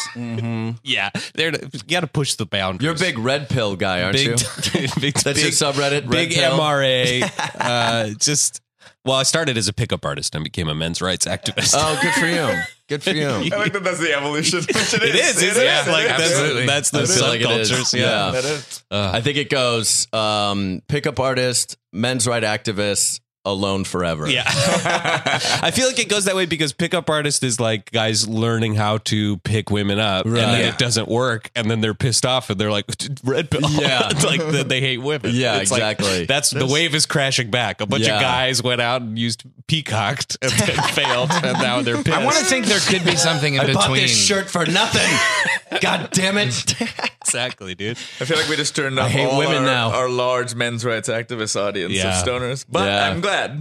Yeah, there you got to push the boundaries. You're a big red pill guy, aren't you? big, big, That's your big, subreddit, red big pill. MRA. Uh, just well, I started as a pickup artist and became a men's rights activist. Oh, good for you. Good for you. I like that that's the evolution. Which it is, isn't it? Like Absolutely. that's, I that's the feel like it is. subcultures. yeah. That is. I think it goes um, pickup artist, men's right activist, alone forever. Yeah. I feel like it goes that way because pickup artist is like guys learning how to pick women up Right. and then Yeah. it doesn't work and then they're pissed off and they're like red pill. Yeah. It's like that they hate women. Yeah, It's like, exactly. that's the wave is crashing back. A bunch Yeah. of guys went out and used peacocked and then failed and now they're pissed. I want to think there could be something in between. for nothing. God damn it. exactly, dude. I feel like we just turned up hate all women our, now. our large men's rights activist audience Yeah. of stoners, but Yeah. I'm glad. Yeah.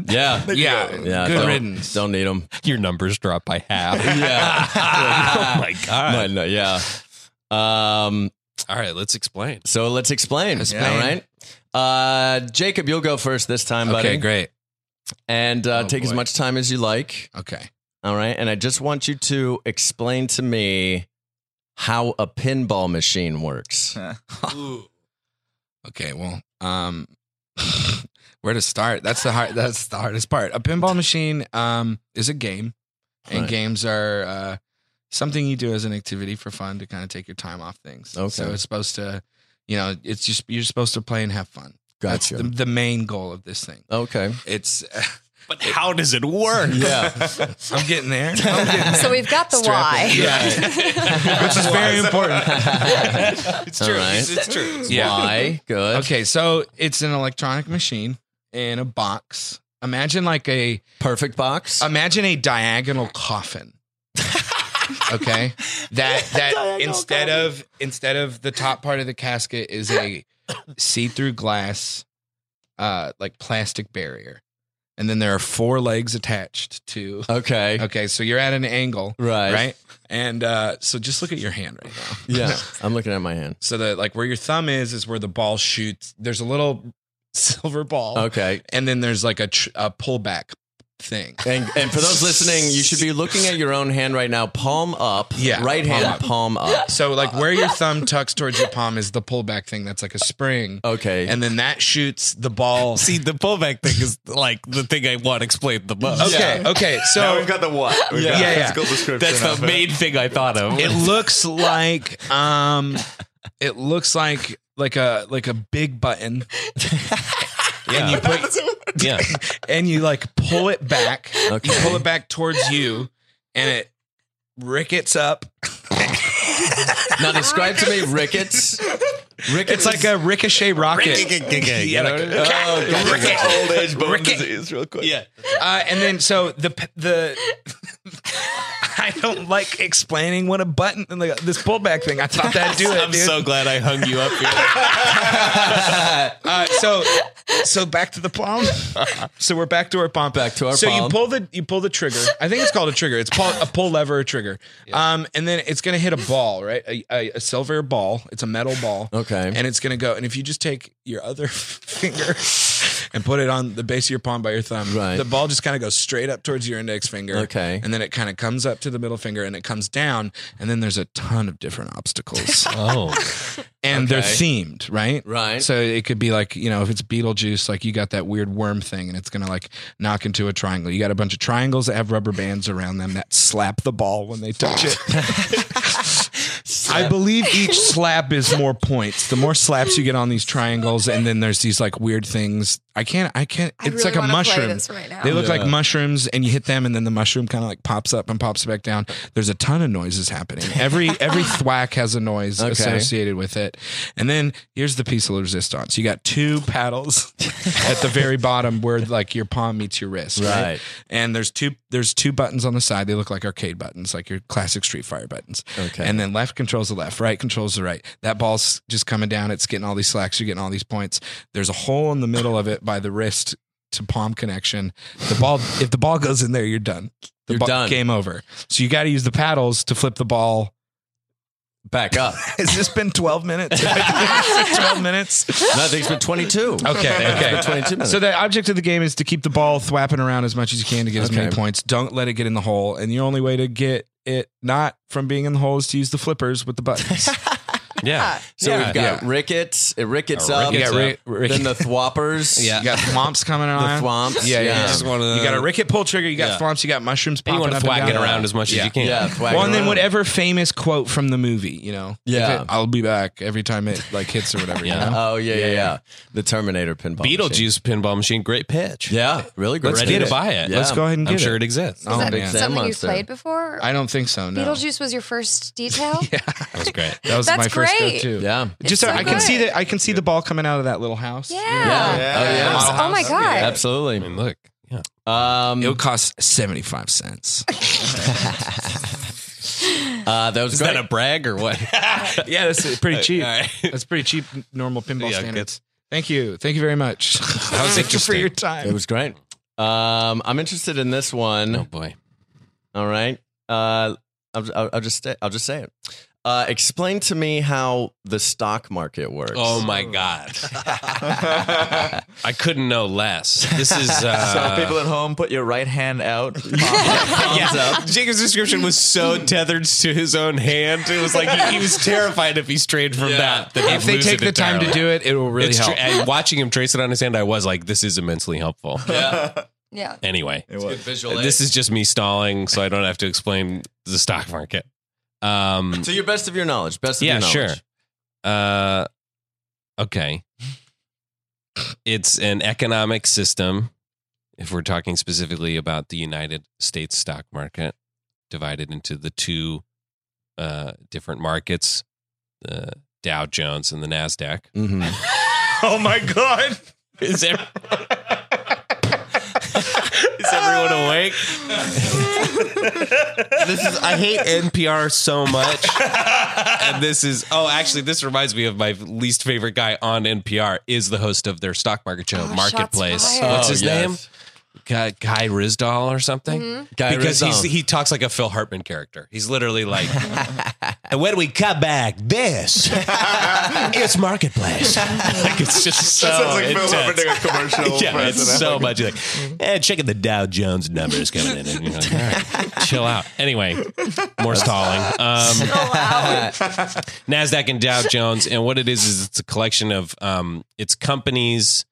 Yeah, Yeah. good don't, riddance. Don't need them. Your numbers drop by half. Yeah. oh my god. No, no, yeah. Um, All right, let's explain. so let's explain. Explain. All right. Uh, Jacob, you'll go first this time, buddy. Okay, great. And uh, Oh, take as boy. much time as you like. Okay, All right. And I just want you to explain to me how a pinball machine works. okay. Well, um, where to start? That's the hard. That's the hardest part. A pinball machine, um, is a game, and Right. games are uh, something you do as an activity for fun to kind of take your time off things. Okay. So it's supposed to, you know, it's just you're supposed to play and have fun. Gotcha. That's the, the main goal of this thing. okay. It's. But how does it work? Yeah. I'm getting there. I'm getting So we've got the why. which is very important. It's All true. right. It's, it's true. Yeah. Why? Good. Okay, so it's an electronic machine in a box. Imagine like a Perfect box. imagine a diagonal coffin. okay, that that instead of instead of the top part of the casket is a see through glass, uh, like plastic barrier, and then there are four legs attached to. okay. Okay, so you're at an angle, Right. Right, and uh, so just look at your hand right now. Yeah. I'm looking at my hand. So that like where your thumb is is where the ball shoots. There's a little silver ball, Okay. and then there's like a, tr- a pullback thing. And, and for those listening, you should be looking at your own hand right now, palm up. Yeah, Right palm hand, up. palm up. So like where your thumb tucks towards your palm is the pullback thing. That's like a spring, Okay. and then that shoots the ball. See, the pullback thing is like the thing I want explained the most. Okay, okay. Now So we've got the what. We've Yeah. got Yeah, the yeah. physical description. That's the of it. main thing I thought of. it looks like um, it looks like like a like a big button. And you put yeah. and you like pull it back. You Okay. pull it back towards you, and it rickets up. now describe to me rickets. It's like a ricochet rocket. yeah. Yeah, like- Oh, gotcha. It's like old age bone Ricket. disease, real quick. yeah. uh, and then so the p- the. I don't like explaining what a button and like this pullback thing. I thought that'd do it, I'm dude. so glad I hung you up here. Uh, so so back to the palm. so we're back to our palm. Back to our so you palm. pull the you pull the trigger. I think it's called a trigger. It's pull, a pull lever or trigger. Um, and then it's gonna hit a ball, right? A, a, a silver ball. It's a metal ball. Okay. And it's gonna go. And if you just take your other finger and put it on the base of your palm by your thumb, Right. the ball just kind of goes straight up towards your index finger. Okay. And then it kind of comes up to the middle finger and it comes down. And then there's a ton of different obstacles Oh. and they're Okay. themed, right? Right. So it could be like, you know, if it's Beetlejuice, like you got that weird worm thing and it's going to like knock into a triangle. You got a bunch of triangles that have rubber bands around them that slap the ball when they touch it. I believe each slap is more points. The more slaps you get on these triangles and then there's these like weird things. I can't I can't I it's really like a wanna play mushroom. this right now. They look like mushrooms and you hit them and then the mushroom kind of like pops up and pops back down. There's a ton of noises happening. Every every thwack has a noise Okay. associated with it. And then here's the piece of resistance. You got two paddles at the very bottom where like your palm meets your wrist, right? Right. And there's two there's two buttons on the side. They look like arcade buttons, like your classic Street Fighter buttons. Okay. And then left controls the left, right controls the right. That ball's just coming down. It's getting all these slacks. You're getting all these points. There's a hole in the middle of it by the wrist to palm connection. The ball, if the ball goes in there, you're done. The You're ball- done. Game over. So you got to use the paddles to flip the ball back up. Has this been 12 minutes? 12 minutes? Nothing's been 22. Okay, okay. 22 minutes. So the object of the game is to keep the ball thwapping around as much as you can to get as many Okay. points. Don't let it get in the hole. And the only way to get it not from being in the hole is to use the flippers with the buttons. Yeah. So Yeah. we've got rickets. It rickets up. you got ri- rick- Then the thwoppers. Yeah. you got thwomps coming on. thwomps, Yeah, yeah. yeah. yeah. Just one of you got a those. ricket pull trigger. You got Yeah. thwomps. You got mushrooms You popping want to up and thwack it down. around as much as you can. Yeah. thwack Well, and then around. whatever famous quote from the movie, you know, If Yeah. it- I'll be back every time it like hits or whatever. Yeah. You know? Oh, yeah, yeah, yeah, The Terminator pinball. machine. Beetlejuice pinball machine, great pitch. Yeah. Really great. Let's idea. get to buy it. Yeah. Let's go ahead and get I'm sure it it. exists. Oh, Is that man. something Sand you monster. played before? I don't think so. No, Beetlejuice was your first detail. That was great. that was That's my first go great. to. Yeah. Just It's so so I can see good. that I can see the ball coming out of that little house. Yeah. Oh, yeah. Yes. Oh my god. I Absolutely. mean, look. Yeah. Um, It would cost seventy five cents. uh, that was great. brag or what? yeah, that's pretty cheap. All right. That's pretty cheap normal pinball Yeah, standards. Thank you, thank you very much. Thank you for interesting. your It time. was great. Um, I'm interested in this one. Oh boy. All right. Uh, I'll, I'll, I'll just say, I'll just say it. Uh, explain to me how the stock market works. Oh my god. I couldn't know less. This is so uh, people at home, put your right hand out. yeah. Jacob's description was so tethered to his own hand. It was like he, he was terrified if he strayed from that. that If they take the time to do it, it will really it's help. tr- and watching him trace it on his hand, I was like, "This is immensely helpful." Yeah. Anyway, It was. this is just me stalling, so I don't have to explain the stock market. Um, To your best of your knowledge. Best of yeah, your knowledge. sure. Uh, okay. It's an economic system, if we're talking specifically about the United States stock market, divided into the two uh, different markets the Dow Jones and the NASDAQ. Mm-hmm. Oh my God. Is, ev- Is everyone awake? this is I hate NPR so much. and this is oh actually this reminds me of my least favorite guy on NPR is the host of their stock market show Oh, shots Marketplace. fired. What's Oh, his yes. name? Guy, Guy Rizdahl or something? Guy because he's, Rizzo. he talks like a Phil Hartman character. He's literally like, and when we cut back, this it's marketplace. like it's just so That sounds like Phil intense. Hartman doing a commercial. yeah, for it's SNL. so much. You're like, eh, checking the Dow Jones numbers coming in, and you're like, all right, chill out. Anyway, more stalling. Um, Nasdaq and Dow Jones, and what it is is it's a collection of um, its companies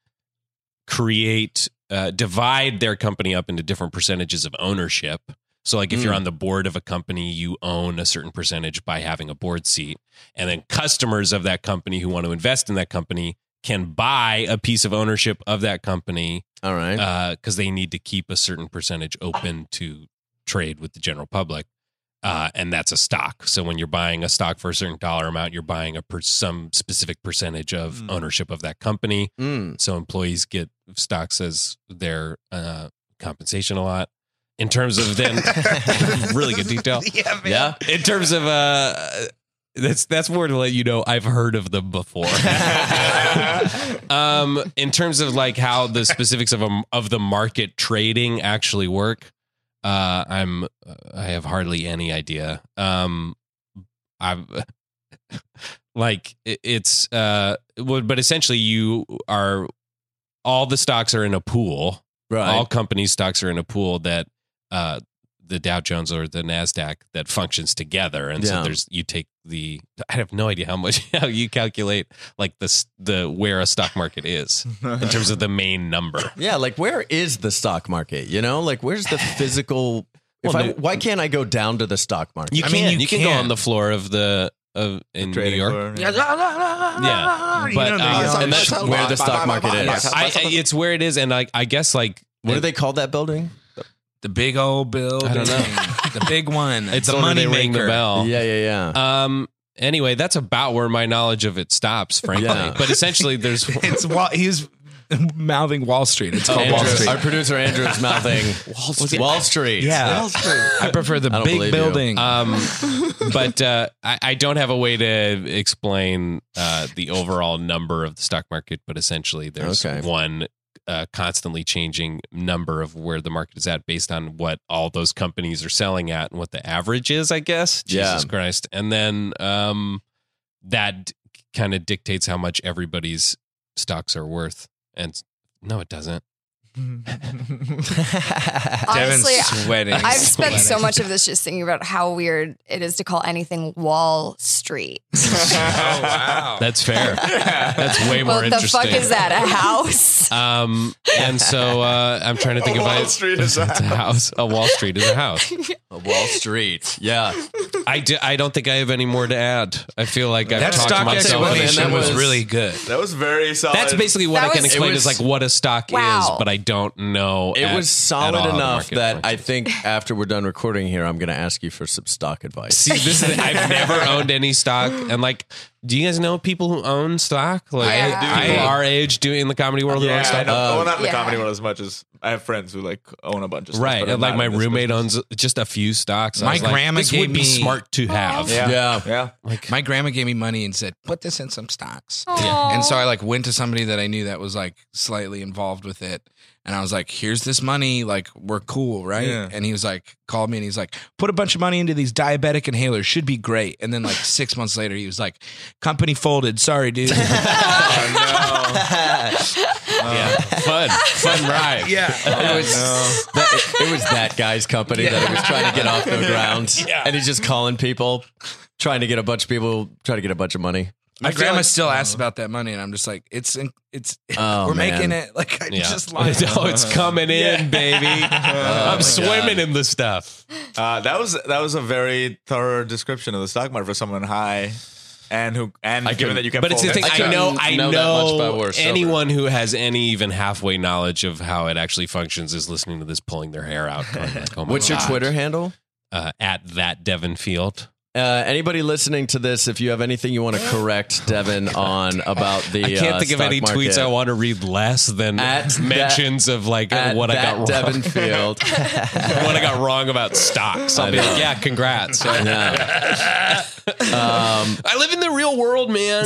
create uh, divide their company up into different percentages of ownership. So, like if you're on the board of a company, you own a certain percentage by having a board seat, and then customers of that company who want to invest in that company can buy a piece of ownership of that company All right. because they need to keep a certain percentage open to trade with the general public. Uh, and that's a stock. So when you're buying a stock for a certain dollar amount, you're buying a per- some specific percentage of Mm. ownership of that company. Mm. So employees get stocks as their uh, compensation a lot. In terms of then, really good detail. Yeah, Yeah. In terms of uh, that's that's more to let you know I've heard of them before. um, in terms of like how the specifics of a, of the market trading actually work, uh, I'm I have hardly any idea. Um, I've like it- it's uh, well, but essentially you are all the stocks are in a pool. Right. All companies' stocks are in a pool that uh, the Dow Jones or the Nasdaq that functions together, and Yeah. so there's you take the. I have no idea how much how you calculate like the s- the where a stock market is in terms of the main number. yeah. Like, where is the stock market? You know, like, where's the physical? If Well, I, no- why can't I go down to the stock market? You I can mean, you you, can, go can. on the floor of the of in New Trading York. floor. Yeah, Ah, You but know, uh, there's- and that's where the stock market is. I, I- it's where it is, and like I guess like What do they call that building? The big old bill. I don't know. the big one. It's the the money money they ring the maker. bell. Yeah, yeah, yeah. Um. Anyway, that's about where my knowledge of it stops, frankly. Yeah. But essentially, there's It's Wall, he's mouthing Wall Street. It's called Oh, Wall Andrew- Street. Our producer Andrew's mouthing Wall Street. Wall Street. Yeah. I prefer the I don't believe big you. building. Um, but uh, I, I don't have a way to explain uh, the overall number of the stock market. But essentially, there's Okay. one uh, constantly changing number of where the market is at based on what all those companies are selling at and what the average is, I guess. Yeah. Jesus Christ. And then um, that kind of dictates how much everybody's stocks are worth. And no, it doesn't. Honestly, sweating. I've spent so much of this just thinking about how weird it is to call anything Wall Street. Oh wow. That's fair. That's way more What the interesting. fuck is that? A house? Um, and so uh, I'm trying to think A of Wall I- Street is a it's house. A Wall Street is a house. Wall Street. Yeah. I, do, I don't think I have any more to add. I feel like I've That talked stock myself. explanation that was, was- really good. That was very solid. That's basically what That I can was- explain It is was- like what a stock Wow. is, but I don't know. It at- was at all solid how the enough market that functions. I think after we're done recording here, I'm going to ask you for some stock advice. See, this is I've never owned any stock, and like, do you guys know people who own stock? Like, Yeah. I do. people our age doing in the comedy world who yeah, own I stock. know. well, not in the Yeah. comedy world as much as I have friends who like own a bunch of stuff. Right, but are and like not my in this roommate business. owns just a few stocks. I My was like, grandma this gave would be me- smart Oh, to have. Yeah. Yeah. Yeah. My grandma gave me money and said, "Put this in some stocks." Aw. And so I like went to somebody that I knew that was like slightly involved with it, and I was like, "Here's this money, like we're cool, right?" Yeah. And he was like, called me and he's like, "Put a bunch of money into these diabetic inhalers, should be great." And then like six months later, he was like, "Company folded, sorry, dude." Yeah. fun, fun ride. yeah, It was, that, it was that guy's company that he was trying to get off the ground, and he's just calling people, trying to get a bunch of people, trying to get a bunch of money. my grandma still asks about that money, and I'm just like, "It's in- it's Oh, we're man. making it like I Yeah. just lied." oh, it's coming in, baby. Oh I'm swimming in the stuff. Uh, that was that was a very thorough description of the stock market for someone high and who and given that you can but it's the fold thing. it. I couldn't know. I know, know that much about where silver- anyone who has any even halfway knowledge of how it actually functions is listening to this, pulling their hair out. going like, oh my What's your God. Twitter handle? Uh, at that Devon Field. Uh, anybody listening to this, if you have anything you want to correct Devin on about the, I can't uh, think of stock any market, tweets I want to read less than At mentions of like at what I that got wrong. Devin Field. what I got wrong about stocks. I'll I be know. like, yeah, congrats. Yeah. I live in the real world, man.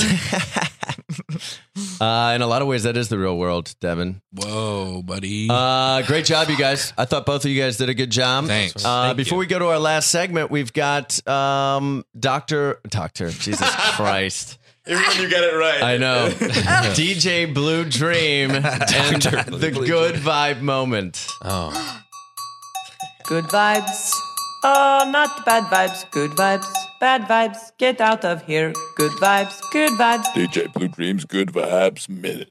Uh, in a lot of ways, that is the real world, Devin. Whoa, buddy. Uh, great job, you guys. I thought both of you guys did a good job. Thanks. Uh, Thank before you. we go to our last segment, we've got um, Doctor Doctor Jesus Christ. Even when you get it right. I know DJ Blue Dream and the Good Vibe moment. Oh, Good vibes. Oh, not bad vibes. Good vibes. Bad vibes. Get out of here. Good vibes. Good vibes. DJ Blue Dreams, good vibes, minute.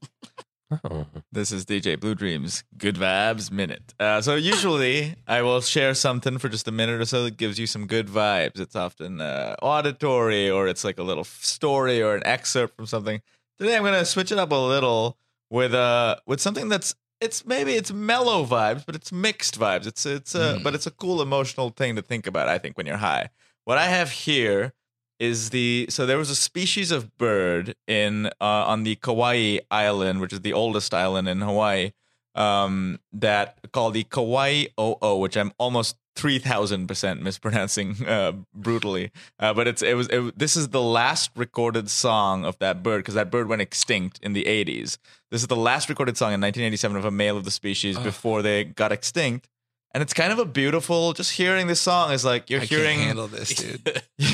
This is DJ Blue Dreams Good Vibes Minute. Uh, so usually I will share something for just a minute or so that gives you some good vibes. It's often uh, auditory or it's like a little f- story or an excerpt from something. Today I'm going to switch it up a little with uh with something that's it's maybe it's mellow vibes, but it's mixed vibes. It's it's uh, but it's a cool emotional thing to think about. I think when you're high. What I have here is the so there was a species of bird in uh, on the Kauai island, which is the oldest island in Hawaii, um, that called the Kauai oo, which I'm almost three thousand percent mispronouncing uh, brutally, uh, but it's it was it, this is the last recorded song of that bird because that bird went extinct in the 80s. This is the last recorded song in 1987 of a male of the species before they got extinct. And it's kind of a beautiful. Just hearing this song is like you're I hearing. can't handle this, dude. this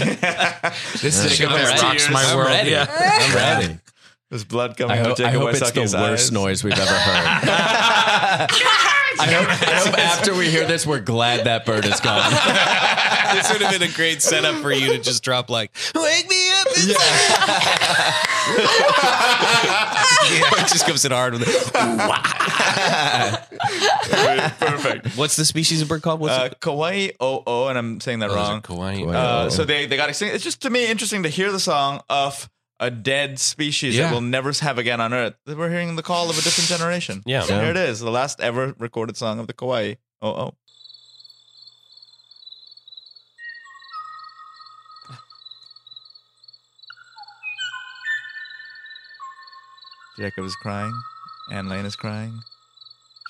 This is shit I'm that ready. rocks my I'm world. ready. Yeah. I'm ready. There's blood coming I, out of hope, I Jacob hope it's the Waisaki's worst eyes. noise we've ever heard. I, hope, I hope after we hear this, we're glad that bird is gone. this would have been a great setup for you to just drop like, wake me up. Yeah. it just comes in hard with it. Perfect. What's the species of bird called? What's Uh, it? Kauai oh oh, and I'm saying that wrong. Kauai. Uh, so they they got extinct. It's just to me interesting to hear the song of a dead species Yeah. that we'll never have again on Earth. We're hearing the call of a different generation. Yeah. So here it is, the last ever recorded song of the Kauai oh oh. Jacob is crying. Anne Lane is crying.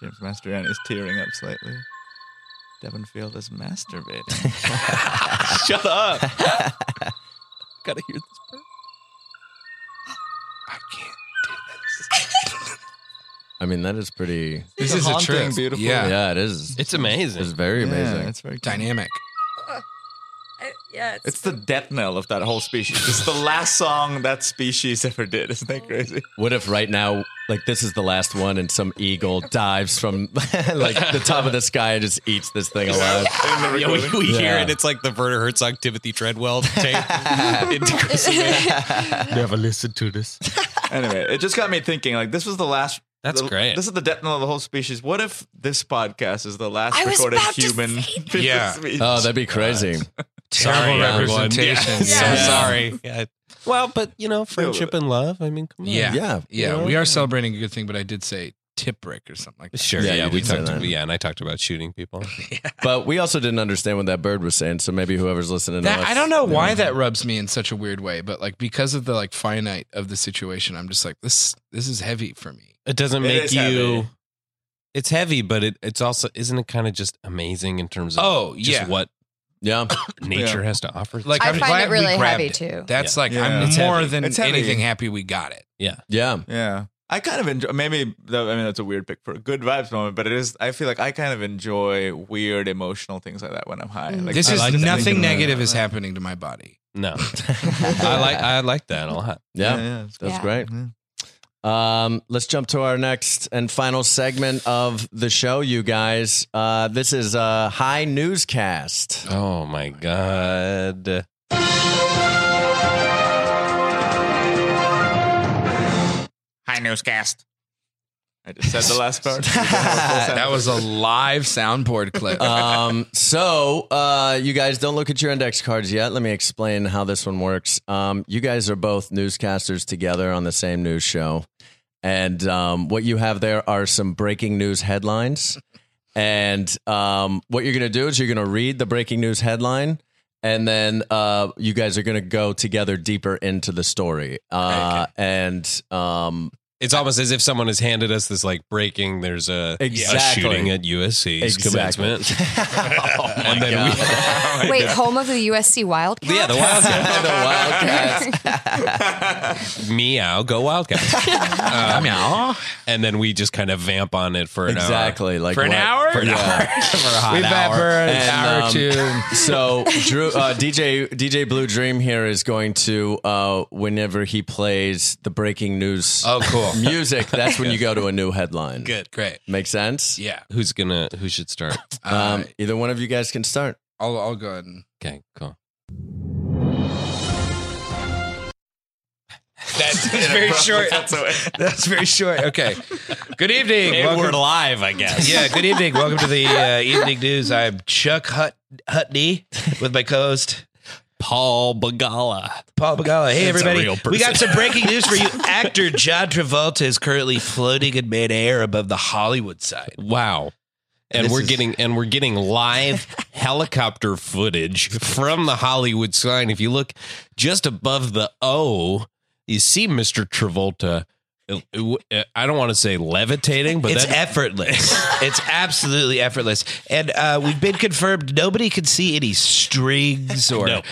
James Mastriani is tearing up slightly. Devon Field is masturbating. Shut up. Gotta hear this bird. I can't. I mean, that is pretty. This is a haunting, trip. beautiful. Yeah. Yeah, it is. It's It's amazing. very Yeah, amazing. it's very. Dynamic. yeah, It's the death knell of that whole species. It's the last song that species ever did. Isn't that crazy? What if right now, like this is the last one, and some eagle dives from like the top of the sky and just eats this thing alive? Yeah, we, we Yeah. hear it. It's like the Werner Herzog, Timothy Treadwell tape. into Chris- Never listen to this. anyway, it just got me thinking. Like this was the last. That's the- great. This is the death knell of the whole species. What if this podcast is the last I was recorded about to human? say Yeah. species? Oh, that'd be crazy. sorry, Terrible everyone. representation. Yeah. Yeah. So sorry. Yeah. Well, but you know, friendship and love. I mean, come on. Yeah. Yeah. Yeah, we are celebrating a good thing, but I did say tip brick or something like that. Sure. Yeah, Yeah, you we did say talked. that. yeah, and I talked about shooting people. But we also didn't understand what that bird was saying, so maybe whoever's listening That, to us, I don't know why that rubs me in such a weird way, but like because of the like finite of the situation, I'm just like this. This is heavy for me. It doesn't It make is you. heavy. It's heavy, but it, it's also isn't it kind of just amazing in terms of Oh, just yeah. what Yeah. nature has to offer. Like I I'm find glad it really we grabbed heavy it. too. That's like Yeah. I'm It's more heavy. than It's heavy. anything happy we got it. Yeah. Yeah. I kind of enjoy. Maybe that, I mean that's a weird pick for a good vibes moment, but it is. I feel like I kind of enjoy weird emotional things like that when I'm high. Like, this I is like to think nothing about negative it. is happening to my body. no, I like I like that a lot. Yeah. yeah. it's That's Yeah. great. Um, let's jump to our next and final segment of the show, you guys. Uh, this is a high newscast. Oh my god. Hi, newscast. I just said the last part. That was a live soundboard clip. Um, so, uh, you guys don't look at your index cards yet. Let me explain how this one works. Um, you guys are both newscasters together on the same news show. And um, what you have there are some breaking news headlines. And um, what you're going to do is you're going to read the breaking news headline. And then uh, you guys are going to go together deeper into the story. Uh, And um, It's almost as if someone has handed us this like breaking. There's a, a Exactly. shooting at USC's Exactly. commencement. oh my then God. Wait, home of the USC Wildcats. yeah, the Wildcats. the Wildcats. Meow, go Wildcats. Uh, And then we just kind of vamp on it for an Exactly. Like For an what- hour? For an hour. hour. for a hot we hour. vapor an And, hour um, or two. so Drew, uh, DJ DJ Blue Dream here is going to uh, whenever he plays the breaking news Oh, cool. music, that's when you go to a new headline. Good, great. Make sense? Yeah, Who's gonna? Who should start? Um, Uh, either one of you guys can start. I'll I'll go ahead. And, Okay, cool. that's very short. That's very short. Okay. Good evening. Welcome- live, I guess. Yeah, good evening. Welcome to the uh, evening news. I'm Chuck Hut- Hutney with my co-host Paul Bagala. Paul Bagala. Hey, That's a everybody. real person. We got some breaking news for you. Actor John Travolta is currently floating in midair above the Hollywood side. Wow. And This we're is- getting and we're getting live helicopter footage from the Hollywood sign. If you look just above the O, you see Mr. Travolta. uh, I don't want to say levitating, but it's that, effortless. it's absolutely effortless. And uh, we've been confirmed nobody can see any strings or No.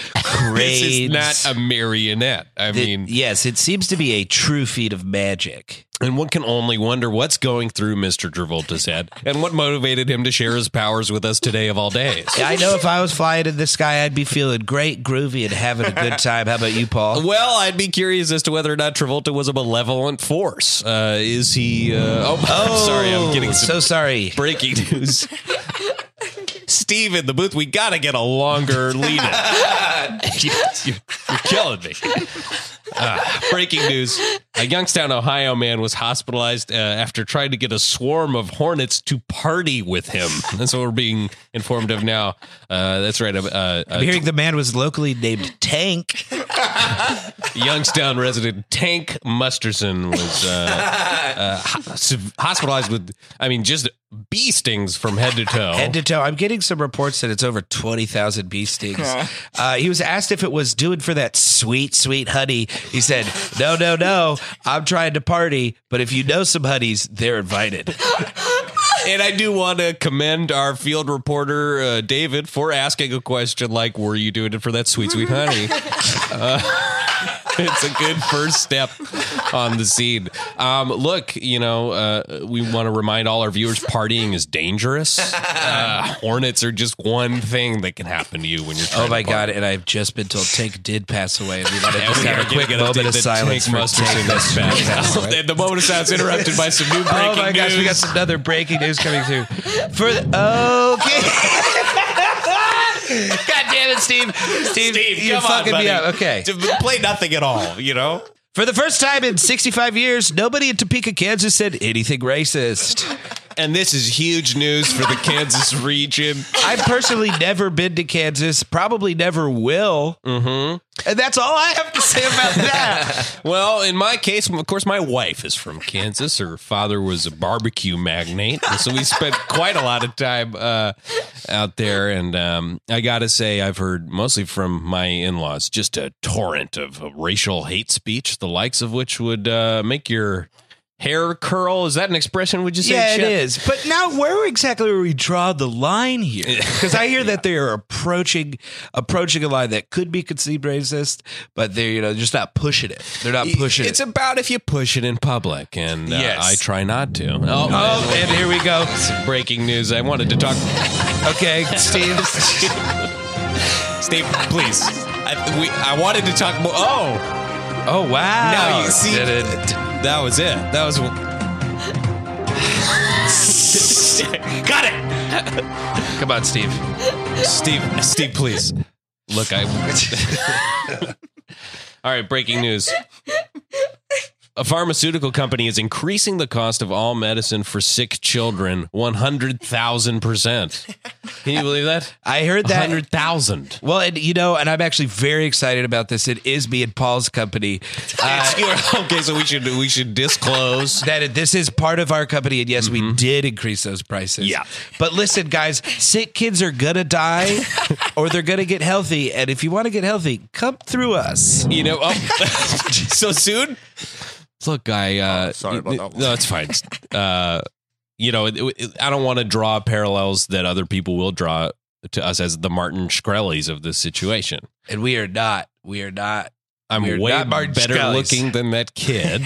braids. this is not a marionette. I Th- mean, yes, it seems to be a true feat of magic. And one can only wonder what's going through Mr. Travolta's head and what motivated him to share his powers with us today of all days. I know if I was flying in the sky, I'd be feeling great, groovy, and having a good time. How about you, Paul? Well, I'd be curious as to whether or not Travolta was a malevolent force. Uh, is he? Uh, oh, I'm sorry, I'm Oh, getting some so sorry. breaking news. Steve in the booth, we got to get a longer lead. you, you, you're killing me. Ah, breaking news. A Youngstown, Ohio man was hospitalized uh, after trying to get a swarm of hornets to party with him. That's what we're being informed of now. Uh, that's right. Uh, uh, I'm hearing the man was locally named Tank. Youngstown resident Tank Musterson was uh, uh, ho- sev- hospitalized with, I mean, just bee stings from head to toe. Head to toe. I'm getting some reports that it's over 20,000 bee stings. Uh, he was asked if it was doing for that sweet, sweet honey. He said, No, no, no. I'm trying to party, but if you know some honeys, they're invited. and I do want to commend our field reporter uh, David for asking a question like, "Were you doing it for that sweet, sweet honey?" Uh, it's a good first step on the scene. Um, look, you know, uh, we want to remind all our viewers partying is dangerous. Uh, hornets are just one thing that can happen to you when you're trying Oh my to party. God! And I've just been told Tank did pass away. We gotta Yeah, just we are have a gonna quick get a moment of David silence Tank for Mustard Tank. in this Mustard. batch. Passed away. the moment of silence interrupted by some new breaking Oh my gosh, we got news. some other breaking news coming through. For the, okay. God damn it, Steve. Steve, you come on, fucking buddy. me up. Okay. play nothing at all, you know? For the first time in 65 years, nobody in Topeka, Kansas said anything racist. And this is huge news for the Kansas region. I've personally never been to Kansas, probably never will. Mm-hmm. And that's all I have to say about that. Well, in my case, of course, my wife is from Kansas. Her father was a barbecue magnate, and so we spent quite a lot of time uh, out there. And um, I gotta say, I've heard mostly from my in-laws just a torrent of racial hate speech, the likes of which would uh, make your hair curl. Is that an expression? Would you say? yeah, it Shep? is. But now, where exactly are we draw the line here? Because I hear that they are approaching approaching a line that could be conceived racist, but they're you know just not pushing it. They're not pushing It's it. about if you push it in public, and uh, Yes. I try not to. Oh, oh, and here we go. breaking news! I wanted to talk. Okay, Steve. Steve, please. I, we, I wanted to talk more. Oh, Oh wow! now you see. Did it. That was it. That was. Got it, Come on, Steve. Steve. Steve, please. Look, I. All right, breaking news. A pharmaceutical company is increasing the cost of all medicine for sick children 100,000%. Can you believe that? I heard that. 100,000. Well, and you know, and I'm actually very excited about this. It is me and Paul's company. Uh, okay, so we should we should disclose. that this is part of our company, and yes, we did increase those prices. Mm-hmm. Yeah. But listen, guys, sick kids are gonna die, or they're gonna get healthy. And if you want to get healthy, come through us. You know, oh, so soon. Look, I. Uh, Oh, sorry about that one. No, it's fine. Uh, you know, it, it- I don't want to draw parallels that other people will draw to us as the Martin Shkreli's of this situation. And we are not. We are not. I'm We're way not better Martin Shkreli's. looking than that kid.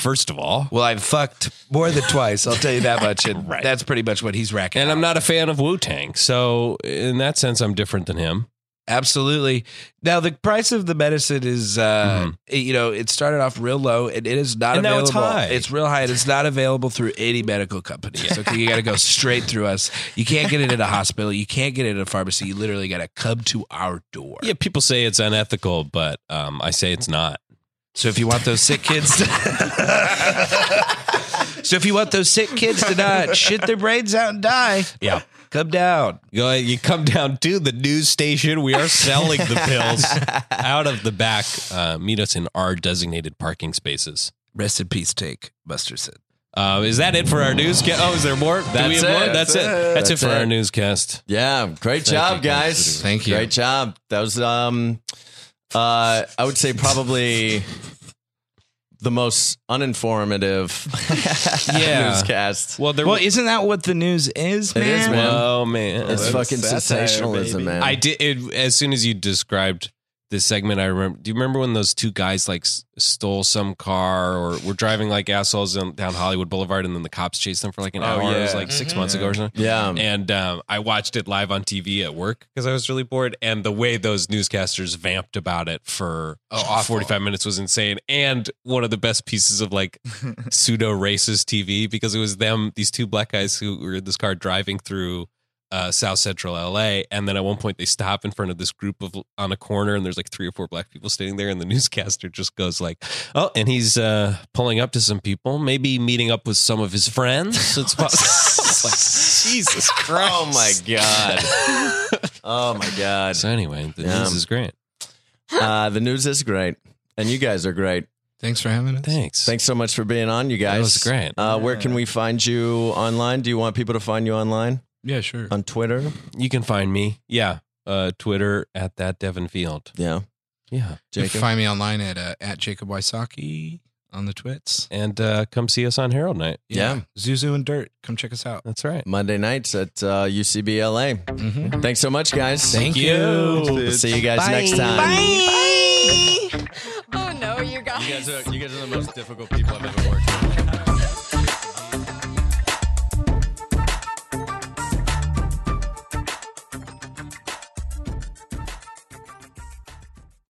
First of all. Well, I've fucked more than twice. I'll tell you that much. And Right. that's pretty much what he's racking. And I'm out. not a fan of Wu Tang, so in that sense, I'm different than him. Absolutely. Now the price of the medicine is, uh, it- you know, it started off real low, and it is not And now available. it's high. It's real high, and it's not available through any medical company. So you got to go straight through us. You can't get it at a hospital. You can't get it at a pharmacy. You literally got to come to our door. Yeah, people say it's unethical, but um, I say it's not. So if you want those sick kids, so if you want those sick kids to not shit their brains out and die, Yeah. come down. You know, you come down to the news station. We are selling the pills out of the back. Uh, meet us in our designated parking spaces. Rest in peace, Tank Musterson. Uh, is that it for our newscast? Oh, is there more? Do we That's have more? it. That's, That's it. it. That's, That's it for our it. newscast. Yeah, great job, you, guys, for guys. doing Thank you. Great job. That was um uh I would say probably the most uninformative Yeah. newscast. Well, there Well, isn't that what the news is, It man? is, man. Oh man, It's that's fucking satire, sensationalism, baby. man. I did it, as soon as you described this segment. I remember. Do you remember when those two guys like s- stole some car or were driving like assholes in, down Hollywood Boulevard, and then the cops chased them for like an Oh, hour? It was yeah. Mm. like 6 months ago or something. yeah. and um, I watched it live on TV at work because I was really bored. And the way those newscasters vamped about it for Oh, forty five minutes was insane. And one of the best pieces of like pseudo racist TV because it was them, these two black guys who were in this car driving through. Uh, South Central LA, and then at one point they stop in front of this group of on a corner, and there's like three or four black people standing there, and the newscaster just goes like, "Oh, and he's uh, pulling up to some people, maybe meeting up with some of his friends." It's possible. Jesus Christ. Oh my god. oh my god. So anyway, the Yeah. news is great. Uh the news is great. And you guys are great. Thanks for having us. Thanks. Thanks so much for being on, you guys. That was great. Uh, where can we find you online? Do you want people to find you online? Yeah, sure. On Twitter? you can find me. Yeah. Uh, Twitter at that Devon Field. Yeah. Yeah. You can Jacob? find me online at uh, at Jacob Wysocki on the twits. And uh, come see us on Herald Night. Yeah. Zuzu and Dirt. Come check us out. That's right. Monday nights at uh, UCBLA. Thanks so much, guys. Thank We'll see you guys next time. Bye. Oh no. guys are you guys are the most difficult people I've ever worked with.